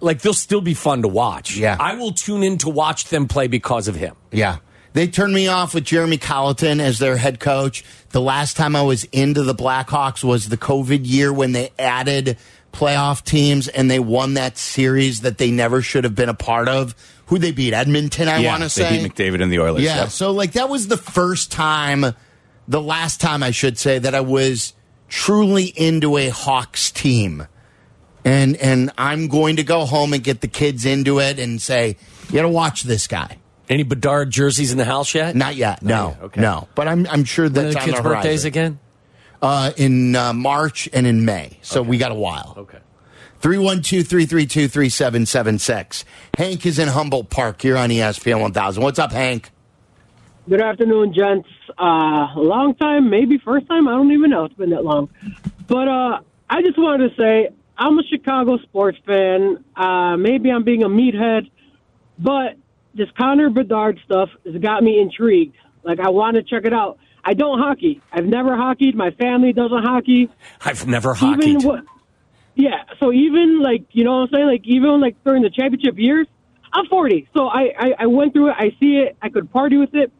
[SPEAKER 1] like they'll still be fun to watch.
[SPEAKER 6] Yeah.
[SPEAKER 1] I will tune in to watch them play because of him.
[SPEAKER 6] Yeah. They turned me off with Jeremy Colleton as their head coach. The last time I was into the Blackhawks was the COVID year when they added playoff teams and they won that series that they never should have been a part of. Who they beat? Edmonton, I want to say.
[SPEAKER 7] They beat McDavid and the Oilers.
[SPEAKER 6] Yeah. So like that was the first time, the last time I should say that I was truly into a Hawks team, and and I'm going to go home and get the kids into it and say, you got to watch this guy.
[SPEAKER 1] Any Bedard jerseys in the house yet?
[SPEAKER 6] Not yet. No. okay. No. But I'm I'm sure
[SPEAKER 1] When are
[SPEAKER 6] that's
[SPEAKER 1] the
[SPEAKER 6] on
[SPEAKER 1] kids'
[SPEAKER 6] the horizon.
[SPEAKER 1] birthdays again?
[SPEAKER 6] uh, in uh, March and in May. So we got a while. Okay. 312 332 3776. Hank is in Humboldt Park. You're on E ESPN 1000. What's up, Hank?
[SPEAKER 10] Good afternoon, gents. Uh, long time, maybe first time. I don't even know. It's been that long. But uh, I just wanted to say I'm a Chicago sports fan. Uh, maybe I'm being a meathead, but this Connor Bedard stuff has got me intrigued. Like I want to check it out. I don't hockey. I've never hockeyed. My family doesn't hockey.
[SPEAKER 1] I've never hockeyed.
[SPEAKER 10] Even what, yeah, so even like you know what I'm saying, like even like during the championship years, I'm 40, so I, I I went through it. I see it. I could party with it,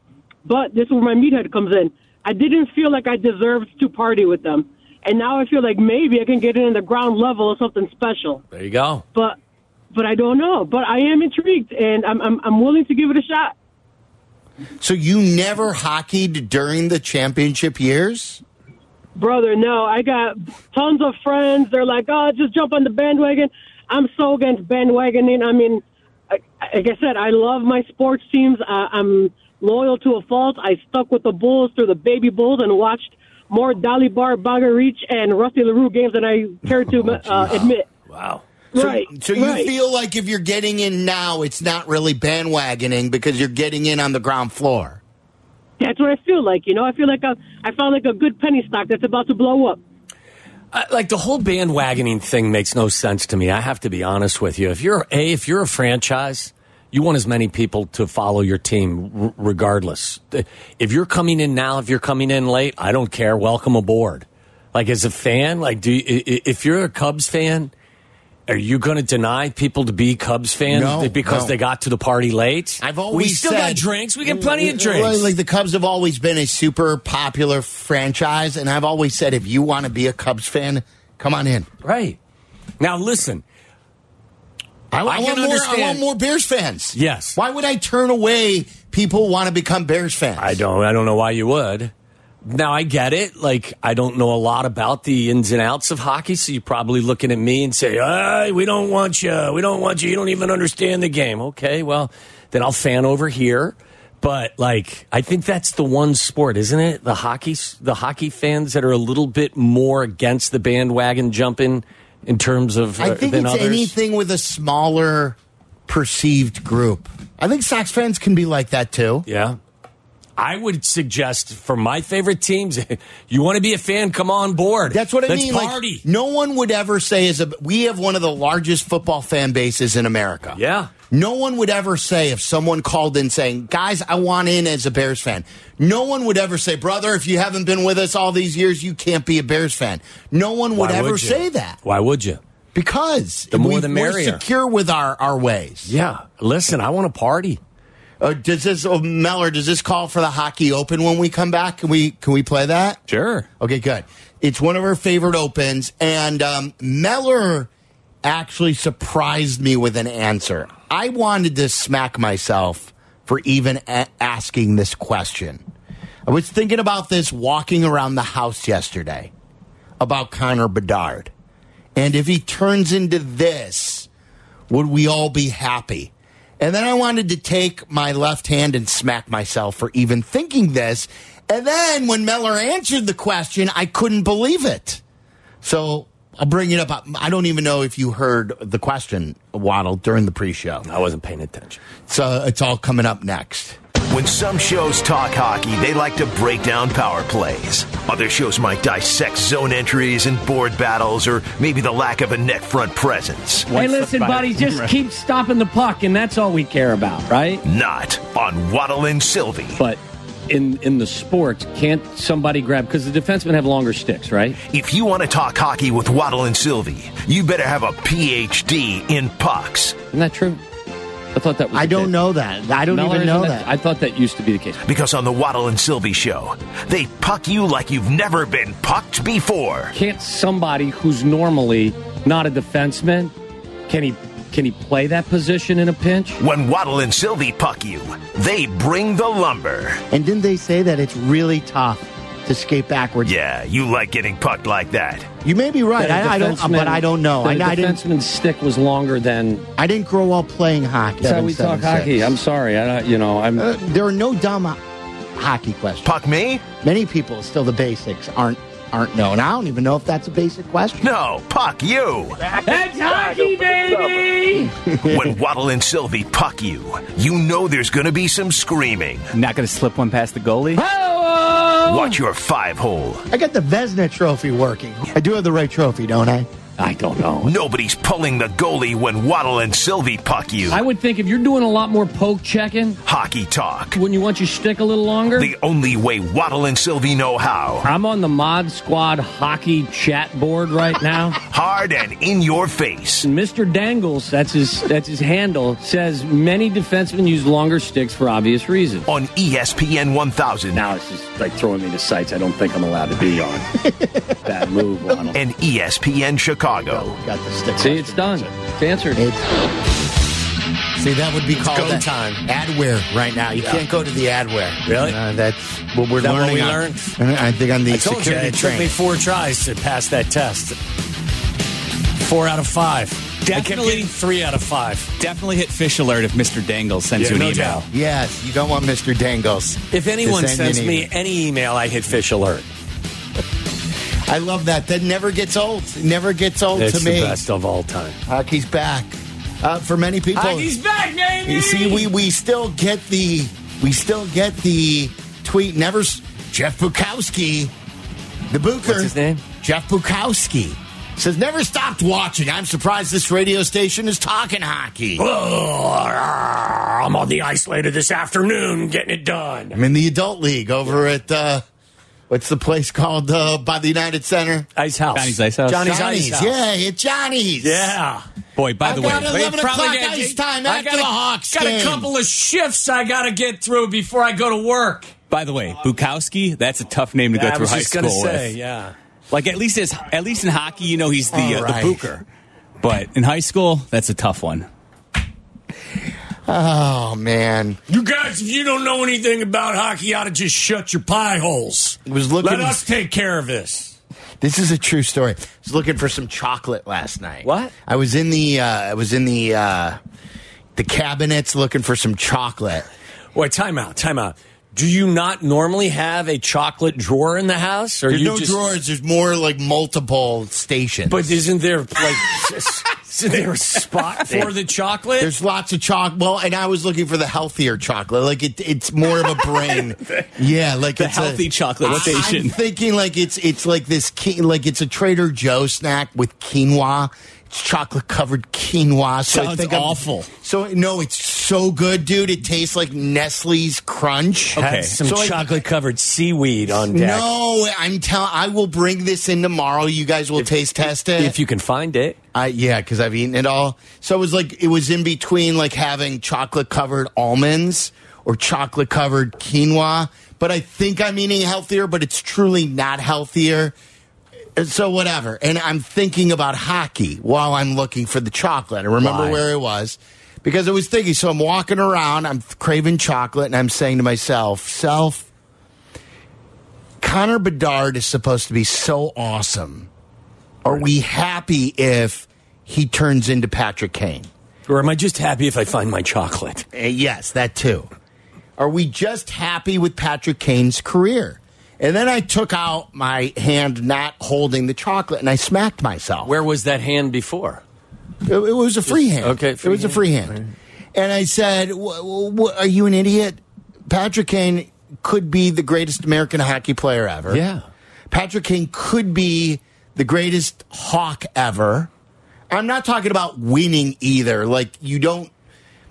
[SPEAKER 10] but this is where my meathead comes in. I didn't feel like I deserved to party with them, and now I feel like maybe I can get in the ground level or something special.
[SPEAKER 1] There you go.
[SPEAKER 10] But but I don't know. But I am intrigued, and I'm I'm, I'm willing to give it a shot.
[SPEAKER 6] So you never hockeyed during the championship years?
[SPEAKER 10] Brother, no, I got tons of friends. They're like, oh, just jump on the bandwagon. I'm so against bandwagoning. I mean, I, I- like I said, I love my sports teams. I, I'm loyal to a fault. I stuck with the Bulls through the baby Bulls and watched more Dolly Bar, Bagarich, and Rusty LaRue games than I care to uh, admit.
[SPEAKER 1] Wow.
[SPEAKER 6] Oh, So,
[SPEAKER 10] right.
[SPEAKER 6] so you
[SPEAKER 10] right.
[SPEAKER 6] feel like if you're getting in now, it's not really bandwagoning because you're getting in on the ground floor.
[SPEAKER 10] That's what I feel like. You know, I feel like I, I found like a good penny stock that's about to blow up.
[SPEAKER 1] I, like the whole bandwagoning thing makes no sense to me. I have to be honest with you. If you're a, if you're a franchise, you want as many people to follow your team, r- regardless. If you're coming in now, if you're coming in late, I don't care. Welcome aboard. Like as a fan, like do you, i- i- if you're a Cubs fan, are you going to deny people to be Cubs fans
[SPEAKER 6] No,
[SPEAKER 1] because
[SPEAKER 6] no.
[SPEAKER 1] they got to the party late?
[SPEAKER 6] I've
[SPEAKER 1] we
[SPEAKER 6] always
[SPEAKER 1] still
[SPEAKER 6] said,
[SPEAKER 1] got drinks. We get plenty of
[SPEAKER 6] Well,
[SPEAKER 1] drinks.
[SPEAKER 6] Like the Cubs have always been a super popular franchise, and I've always said if you want to be a Cubs fan, come on in.
[SPEAKER 1] right now, listen.
[SPEAKER 6] I, I
[SPEAKER 1] I
[SPEAKER 6] want
[SPEAKER 1] can
[SPEAKER 6] more. I
[SPEAKER 1] understand.
[SPEAKER 6] want more Bears fans.
[SPEAKER 1] Yes.
[SPEAKER 6] Why would I turn away people who want to become Bears fans?
[SPEAKER 1] I don't. I don't know why you would. Now I get it. Like I don't know a lot about the ins and outs of hockey, so you're probably looking at me and say, "Hey, we don't want you. We don't want you. You don't even understand the game." Okay, well, then I'll fan over here. But like, I think that's the one sport, isn't it? The hockey, the hockey fans that are a little bit more against the bandwagon jumping in terms of.
[SPEAKER 6] I
[SPEAKER 1] uh,
[SPEAKER 6] think
[SPEAKER 1] than
[SPEAKER 6] it's
[SPEAKER 1] others.
[SPEAKER 6] anything with a smaller perceived group. I think Sox fans can be like that too.
[SPEAKER 1] Yeah. I would suggest for my favorite teams, you want to be a fan, come on board.
[SPEAKER 6] That's what I
[SPEAKER 1] Let's
[SPEAKER 6] mean.
[SPEAKER 1] Party.
[SPEAKER 6] Like no one would ever say is a we have one of the largest football fan bases in America.
[SPEAKER 1] Yeah.
[SPEAKER 6] No one would ever say if someone called in saying, "Guys, I want in as a Bears fan." No one would ever say, "Brother, if you haven't been with us all these years, you can't be a Bears fan." No one would
[SPEAKER 1] Why
[SPEAKER 6] ever
[SPEAKER 1] you?
[SPEAKER 6] say that
[SPEAKER 1] Why would you?
[SPEAKER 6] because
[SPEAKER 1] The more
[SPEAKER 6] we,
[SPEAKER 1] the
[SPEAKER 6] We're
[SPEAKER 1] merrier.
[SPEAKER 6] secure with our our ways.
[SPEAKER 1] Yeah. Listen, I want to party.
[SPEAKER 6] Uh, does this oh, Meller? Does this call for the hockey open when we come back? Can we can we play that?
[SPEAKER 11] Sure.
[SPEAKER 6] Okay, good. It's one of our favorite opens, and um, Meller actually surprised me with an answer. I wanted to smack myself for even a- asking this question. I was thinking about this walking around the house yesterday about Connor Bedard, and if he turns into this, would we all be happy? And then I wanted to take my left hand and smack myself for even thinking this. And then when Meller answered the question, I couldn't believe it. So I'll bring it up. I don't even know if you heard the question, Waddle, during the pre show.
[SPEAKER 1] I wasn't paying attention.
[SPEAKER 6] So it's all coming up next.
[SPEAKER 9] When some shows talk hockey, they like to break down power plays. Other shows might dissect zone entries and board battles, or maybe the lack of a net front presence.
[SPEAKER 5] Hey, listen, buddy, just keep stopping the puck, and that's all we care about, right?
[SPEAKER 9] Not on Waddle and Sylvie.
[SPEAKER 5] But in in the sport, can't somebody grab? Because the defensemen have longer sticks, right?
[SPEAKER 9] If you want to talk hockey with Waddle and Sylvie, you better have a PhD in pucks.
[SPEAKER 5] Isn't that true? I thought that was.
[SPEAKER 6] I
[SPEAKER 5] the
[SPEAKER 6] don't
[SPEAKER 5] case.
[SPEAKER 6] know that. I don't
[SPEAKER 5] Mellor, isn't
[SPEAKER 6] even know that.
[SPEAKER 5] I thought that used to be the case.
[SPEAKER 9] Because on the Waddle and Sylvie show, they puck you like you've never been pucked before.
[SPEAKER 5] Can't somebody who's normally not a defenseman can he can he play that position in a pinch?
[SPEAKER 9] When Waddle and Sylvie puck you, they bring the lumber.
[SPEAKER 6] And didn't they say that it's really tough to skate backwards?
[SPEAKER 9] Yeah, you like getting pucked like that.
[SPEAKER 6] You may be right.
[SPEAKER 5] That a
[SPEAKER 6] I, I don't,
[SPEAKER 5] defenseman-
[SPEAKER 6] but I don't know. I,
[SPEAKER 5] that a
[SPEAKER 6] I didn't.
[SPEAKER 5] defenseman's stick was longer than.
[SPEAKER 6] I didn't grow up playing hockey.
[SPEAKER 5] That's how we talk
[SPEAKER 6] 776.
[SPEAKER 5] hockey. I'm sorry. I don't. You know. I'm.
[SPEAKER 6] Uh, there are no dumb ho- hockey questions.
[SPEAKER 9] Puck me?
[SPEAKER 6] Many people still the basics aren't aren't known. I don't even know if that's a basic question.
[SPEAKER 9] No, puck you.
[SPEAKER 5] That's hockey, baby!
[SPEAKER 9] when Waddle and Sylvie puck you, you know there's going to be some screaming.
[SPEAKER 12] Not going to slip one past the goalie.
[SPEAKER 9] Watch your five hole.
[SPEAKER 6] I got the Vesna trophy working. I do have the right trophy, don't I?
[SPEAKER 10] I don't know.
[SPEAKER 9] Nobody's pulling the goalie when Waddle and Sylvie puck you.
[SPEAKER 10] I would think if you're doing a lot more poke checking,
[SPEAKER 9] Hockey talk.
[SPEAKER 10] wouldn't you want your stick a little longer?
[SPEAKER 9] The only way Waddle and Sylvie know how.
[SPEAKER 10] I'm on the Mod Squad hockey chat board right now.
[SPEAKER 9] Hard and in your face.
[SPEAKER 10] And Mr. Dangles, that's his that's his handle, says many defensemen use longer sticks for obvious reasons.
[SPEAKER 9] On E ESPN 1000.
[SPEAKER 10] Now it's just like throwing me to sites I don't think I'm allowed to be on. Bad move, Ronald.
[SPEAKER 9] And E ESPN Chicago.
[SPEAKER 6] Got the stick.
[SPEAKER 10] See, it's done. It's answered.
[SPEAKER 6] See, that would be called
[SPEAKER 1] go
[SPEAKER 6] ad-
[SPEAKER 1] time.
[SPEAKER 6] adware right now. You can't go to the adware.
[SPEAKER 1] Really?
[SPEAKER 6] Uh, that's what we're
[SPEAKER 1] Is that what
[SPEAKER 6] learning.
[SPEAKER 1] we
[SPEAKER 6] on-
[SPEAKER 1] learned?
[SPEAKER 6] And I think on the
[SPEAKER 1] I told you
[SPEAKER 6] security
[SPEAKER 1] it took
[SPEAKER 6] train.
[SPEAKER 1] me four tries to pass that test. Four out of five. I kept
[SPEAKER 7] Definitely-
[SPEAKER 1] getting three out of five.
[SPEAKER 7] Definitely hit fish alert if Mr. Dangle sends
[SPEAKER 1] Yeah,
[SPEAKER 7] you
[SPEAKER 1] no
[SPEAKER 7] an email.
[SPEAKER 1] doubt.
[SPEAKER 6] Yes, you don't want Mr. Dangles.
[SPEAKER 1] If
[SPEAKER 6] to
[SPEAKER 1] anyone
[SPEAKER 6] send you an
[SPEAKER 1] sends me
[SPEAKER 6] email.
[SPEAKER 1] any email, I hit fish alert.
[SPEAKER 6] I love that. That never gets old. It never gets old
[SPEAKER 1] It's
[SPEAKER 6] to
[SPEAKER 1] the
[SPEAKER 6] me.
[SPEAKER 1] best of all time.
[SPEAKER 6] Hockey's back. Uh, for many people,
[SPEAKER 5] Hockey's back, baby!
[SPEAKER 6] You see, we we still get the we still get the tweet. Never s- Jeff Bukowski, the Booker.
[SPEAKER 10] What's his name?
[SPEAKER 6] Jeff Bukowski says never stopped watching. I'm surprised this radio station is talking hockey.
[SPEAKER 1] I'm on the ice later this afternoon getting it done.
[SPEAKER 6] I'm in the adult league over at uh, what's the place called uh, by the United Center?
[SPEAKER 1] Ice House.
[SPEAKER 7] Johnny's Ice House.
[SPEAKER 1] Johnny's, Ice House.
[SPEAKER 6] yeah, it's Johnny's.
[SPEAKER 1] Yeah.
[SPEAKER 7] Boy, by the
[SPEAKER 6] I got
[SPEAKER 7] way,
[SPEAKER 6] it. 11
[SPEAKER 1] Probably
[SPEAKER 6] o'clock
[SPEAKER 1] gotta
[SPEAKER 6] ice
[SPEAKER 1] get-
[SPEAKER 6] time
[SPEAKER 1] I
[SPEAKER 6] after
[SPEAKER 1] got a-
[SPEAKER 6] the Hawks
[SPEAKER 1] Got
[SPEAKER 6] game.
[SPEAKER 1] a couple of shifts I got to get through before I go to work.
[SPEAKER 7] by the way, Bukowski, that's a tough name to go
[SPEAKER 1] I
[SPEAKER 7] through
[SPEAKER 1] was
[SPEAKER 7] high
[SPEAKER 1] just gonna
[SPEAKER 7] school
[SPEAKER 1] say,
[SPEAKER 7] with.
[SPEAKER 1] yeah.
[SPEAKER 7] Like at least as at least in hockey, you know he's the
[SPEAKER 6] All
[SPEAKER 7] uh,
[SPEAKER 6] right.
[SPEAKER 7] the Booker. But in high school, that's a tough one.
[SPEAKER 6] Oh man,
[SPEAKER 1] You guys, if you don't know anything about hockey, you ought to just shut your pie holes.
[SPEAKER 6] He was looking-
[SPEAKER 1] Let us take care of this.
[SPEAKER 6] this is a true story. I was looking for some chocolate last night.
[SPEAKER 1] What?
[SPEAKER 6] I was in the uh, I was in the uh, the cabinets looking for some chocolate.
[SPEAKER 1] Wait, time out, time out. Do you not normally have a chocolate drawer in the house? Or
[SPEAKER 6] There's
[SPEAKER 1] you
[SPEAKER 6] no
[SPEAKER 1] just,
[SPEAKER 6] drawers. There's more like multiple stations.
[SPEAKER 1] But isn't there like s- isn't there a spot for the chocolate?
[SPEAKER 6] There's lots of chocolate. Well, and I was looking for the healthier chocolate. Like it, it's more of a brain. yeah, like
[SPEAKER 7] The
[SPEAKER 6] it's
[SPEAKER 7] healthy
[SPEAKER 6] a,
[SPEAKER 7] chocolate station.
[SPEAKER 6] I'm thinking like it's it's like this ke- like it's a Trader Joe snack with quinoa. It's chocolate covered quinoa. So I
[SPEAKER 7] Sounds
[SPEAKER 6] think I'm-
[SPEAKER 7] awful.
[SPEAKER 6] so no, it's so good, dude. It tastes like Nestle's Crunch.
[SPEAKER 7] Okay.
[SPEAKER 1] Have some
[SPEAKER 6] So I-
[SPEAKER 1] chocolate covered seaweed on deck.
[SPEAKER 6] No, I'm telling. I will bring this in tomorrow. You guys will taste test it.
[SPEAKER 1] If you can find it.
[SPEAKER 6] I yeah, because I've eaten it all. So it was like it was in between like having chocolate covered almonds or chocolate covered quinoa. But I think I'm eating healthier, but it's truly not healthier. And So whatever. And I'm thinking about hockey while I'm looking for the chocolate. I remember
[SPEAKER 1] Why?
[SPEAKER 6] where it was. Because I was thinking, so I'm walking around, I'm craving chocolate, and I'm saying to myself, self, Connor Bedard is supposed to be so awesome. Are we happy if he turns into Patrick Kane?
[SPEAKER 1] Or am I just happy if I find my chocolate?
[SPEAKER 6] Uh, yes, that too. Are we just happy with Patrick Kane's career? And then I took out my hand, not holding the chocolate, and I smacked myself.
[SPEAKER 1] Where was that hand before?
[SPEAKER 6] It, it was a free hand.
[SPEAKER 1] okay,
[SPEAKER 6] it was a free hand. And I said, w- w- w- "Are you an idiot? Patrick Kane could be the greatest American hockey player ever.
[SPEAKER 1] Yeah.
[SPEAKER 6] Patrick Kane could be the greatest hawk ever. I'm not talking about winning either. Like you don't.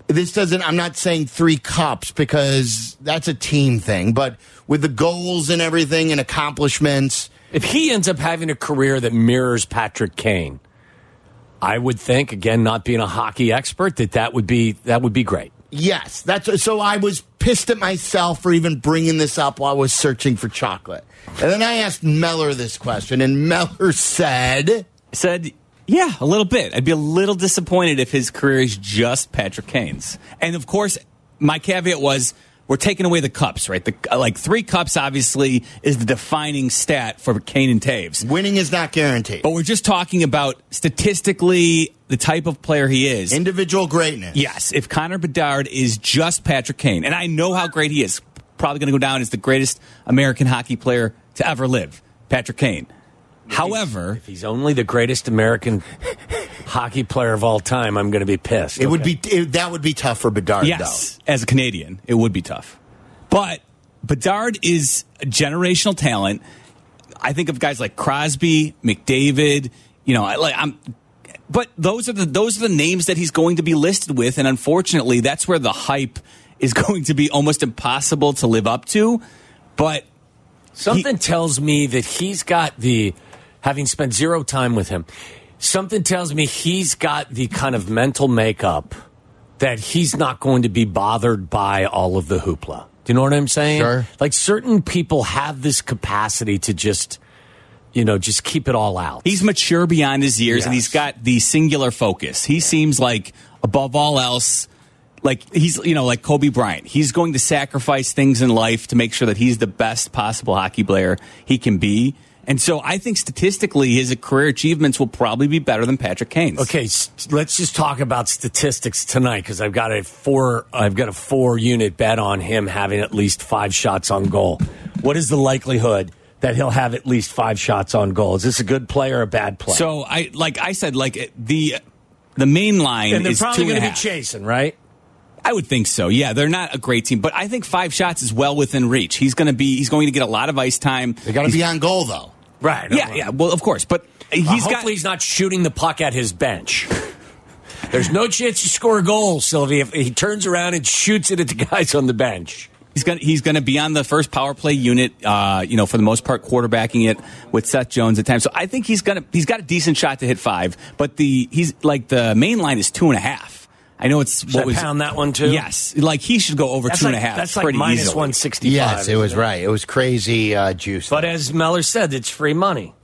[SPEAKER 6] This doesn't. I'm not saying three cups because that's a team thing. But with the goals and everything and accomplishments."
[SPEAKER 1] If he ends up having a career that mirrors Patrick Kane, I would think, again, not being a hockey expert, that that would be that would be great.
[SPEAKER 6] Yes, that's so. I was pissed at myself for even bringing this up while I was searching for chocolate, and then I asked Meller this question, and Meller said,
[SPEAKER 7] Said, yeah, a little bit. I'd be a little disappointed if his career is just Patrick Kane's. And of course, my caveat was we're taking away the cups, right? The like three cups obviously is the defining stat for Kane and Taves.
[SPEAKER 6] "Winning is not guaranteed.
[SPEAKER 7] But we're just talking about statistically the type of player he is.
[SPEAKER 6] Individual greatness.
[SPEAKER 7] Yes, if Connor Bedard is just Patrick Kane, and I know how great he is, probably going to go down as the greatest American hockey player to ever live. Patrick Kane. However,
[SPEAKER 1] if he's only the greatest American hockey player of all time, I'm going to be pissed.
[SPEAKER 5] It would be it, that would be tough for Bedard.
[SPEAKER 7] yes, as a Canadian, it would be tough. But Bedard is a generational talent. I think of guys like Crosby, McDavid. You know, I, like I'm. But those are the those are the names that he's going to be listed with, and unfortunately, that's where the hype is going to be almost impossible to live up to. But
[SPEAKER 1] Something tells me that he's got the, having spent zero time with him, something tells me he's got the kind of mental makeup that he's not going to be bothered by all of the hoopla. Do you know what I'm saying?
[SPEAKER 5] Sure.
[SPEAKER 1] Like certain people have this capacity to just, you know, just keep it all out.
[SPEAKER 7] He's mature beyond his years and
[SPEAKER 1] Yes.
[SPEAKER 7] he's got the singular focus. He seems like above all else like he's you know like Kobe Bryant. He's going to sacrifice things in life to make sure that he's the best possible hockey player he can be. And so I think statistically his career achievements will probably be better than Patrick Kane's.
[SPEAKER 1] Okay, s- let's just talk about statistics tonight because I've got a four. I've got a four unit bet on him having at least five shots on goal. What is the likelihood that he'll have at least five shots on goal? Is this a good play or a bad play?
[SPEAKER 7] So I like I said like the the main line
[SPEAKER 1] and they're
[SPEAKER 7] is
[SPEAKER 1] probably
[SPEAKER 7] two and
[SPEAKER 1] going
[SPEAKER 7] a
[SPEAKER 1] to be
[SPEAKER 7] half.
[SPEAKER 1] chasing, right?
[SPEAKER 7] I would think so. Yeah, they're not a great team, but I think five shots is well within reach. He's going to be he's going to get a lot of ice time. They
[SPEAKER 5] got to be on goal though.
[SPEAKER 1] Right.
[SPEAKER 7] Yeah, yeah. Well, of course, but he's
[SPEAKER 1] He's
[SPEAKER 7] got.
[SPEAKER 1] hopefully he's not shooting the puck at his bench. There's no chance you score a goal, Sylvie, if he turns around and shoots it at the guys on the bench.
[SPEAKER 7] He's going he's going to be on the first power play unit. Uh, you know, for the most part, quarterbacking it with Seth Jones at times. So I think he's gonna he's got a decent shot to hit five. But the he's like the main line is two and a half. I know it's
[SPEAKER 1] Should
[SPEAKER 7] what
[SPEAKER 1] I
[SPEAKER 7] was
[SPEAKER 1] pound that one, too?
[SPEAKER 7] Yes, like he should go over
[SPEAKER 1] That's
[SPEAKER 7] two and a
[SPEAKER 1] like-
[SPEAKER 7] half.
[SPEAKER 1] that's like
[SPEAKER 7] pretty
[SPEAKER 1] minus
[SPEAKER 7] easily.
[SPEAKER 1] 165.
[SPEAKER 5] Yes, it was
[SPEAKER 1] isn't
[SPEAKER 5] right. It was crazy uh, juice.
[SPEAKER 1] But as Mellor said, it's free money.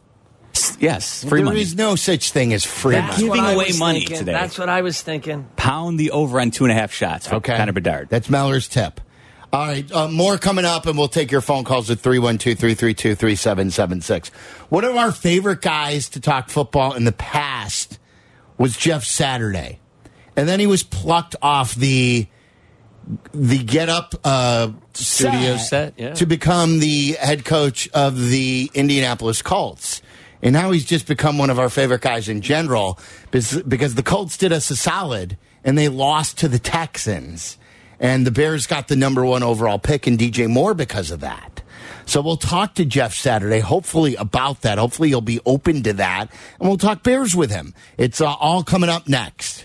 [SPEAKER 7] Yes,
[SPEAKER 5] There
[SPEAKER 7] free
[SPEAKER 5] is
[SPEAKER 7] money.
[SPEAKER 5] no such thing as free
[SPEAKER 7] That's
[SPEAKER 5] money.
[SPEAKER 7] Giving
[SPEAKER 1] what I
[SPEAKER 7] away
[SPEAKER 1] was
[SPEAKER 7] money
[SPEAKER 1] thinking.
[SPEAKER 7] today.
[SPEAKER 1] That's what I was thinking.
[SPEAKER 7] Pound the over on two and a half shots. For
[SPEAKER 5] Okay.
[SPEAKER 7] Connor Bedard.
[SPEAKER 5] That's Mellor's tip. All right, uh, more coming up, and we'll take your phone calls at 312 332 3776. One of our favorite guys to talk football in the past was Jeff Saturday. And then he was plucked off the the get up uh,
[SPEAKER 1] Studio set, yeah.
[SPEAKER 5] to become the head coach of the Indianapolis Colts. And now he's just become one of our favorite guys in general because because the Colts did us a solid and they lost to the Texans. And the Bears got the number one overall pick and DJ Moore because of that. So we'll talk to Jeff Saturday, hopefully, about that. Hopefully, he'll be open to that. And we'll talk Bears with him. It's uh, all coming up next.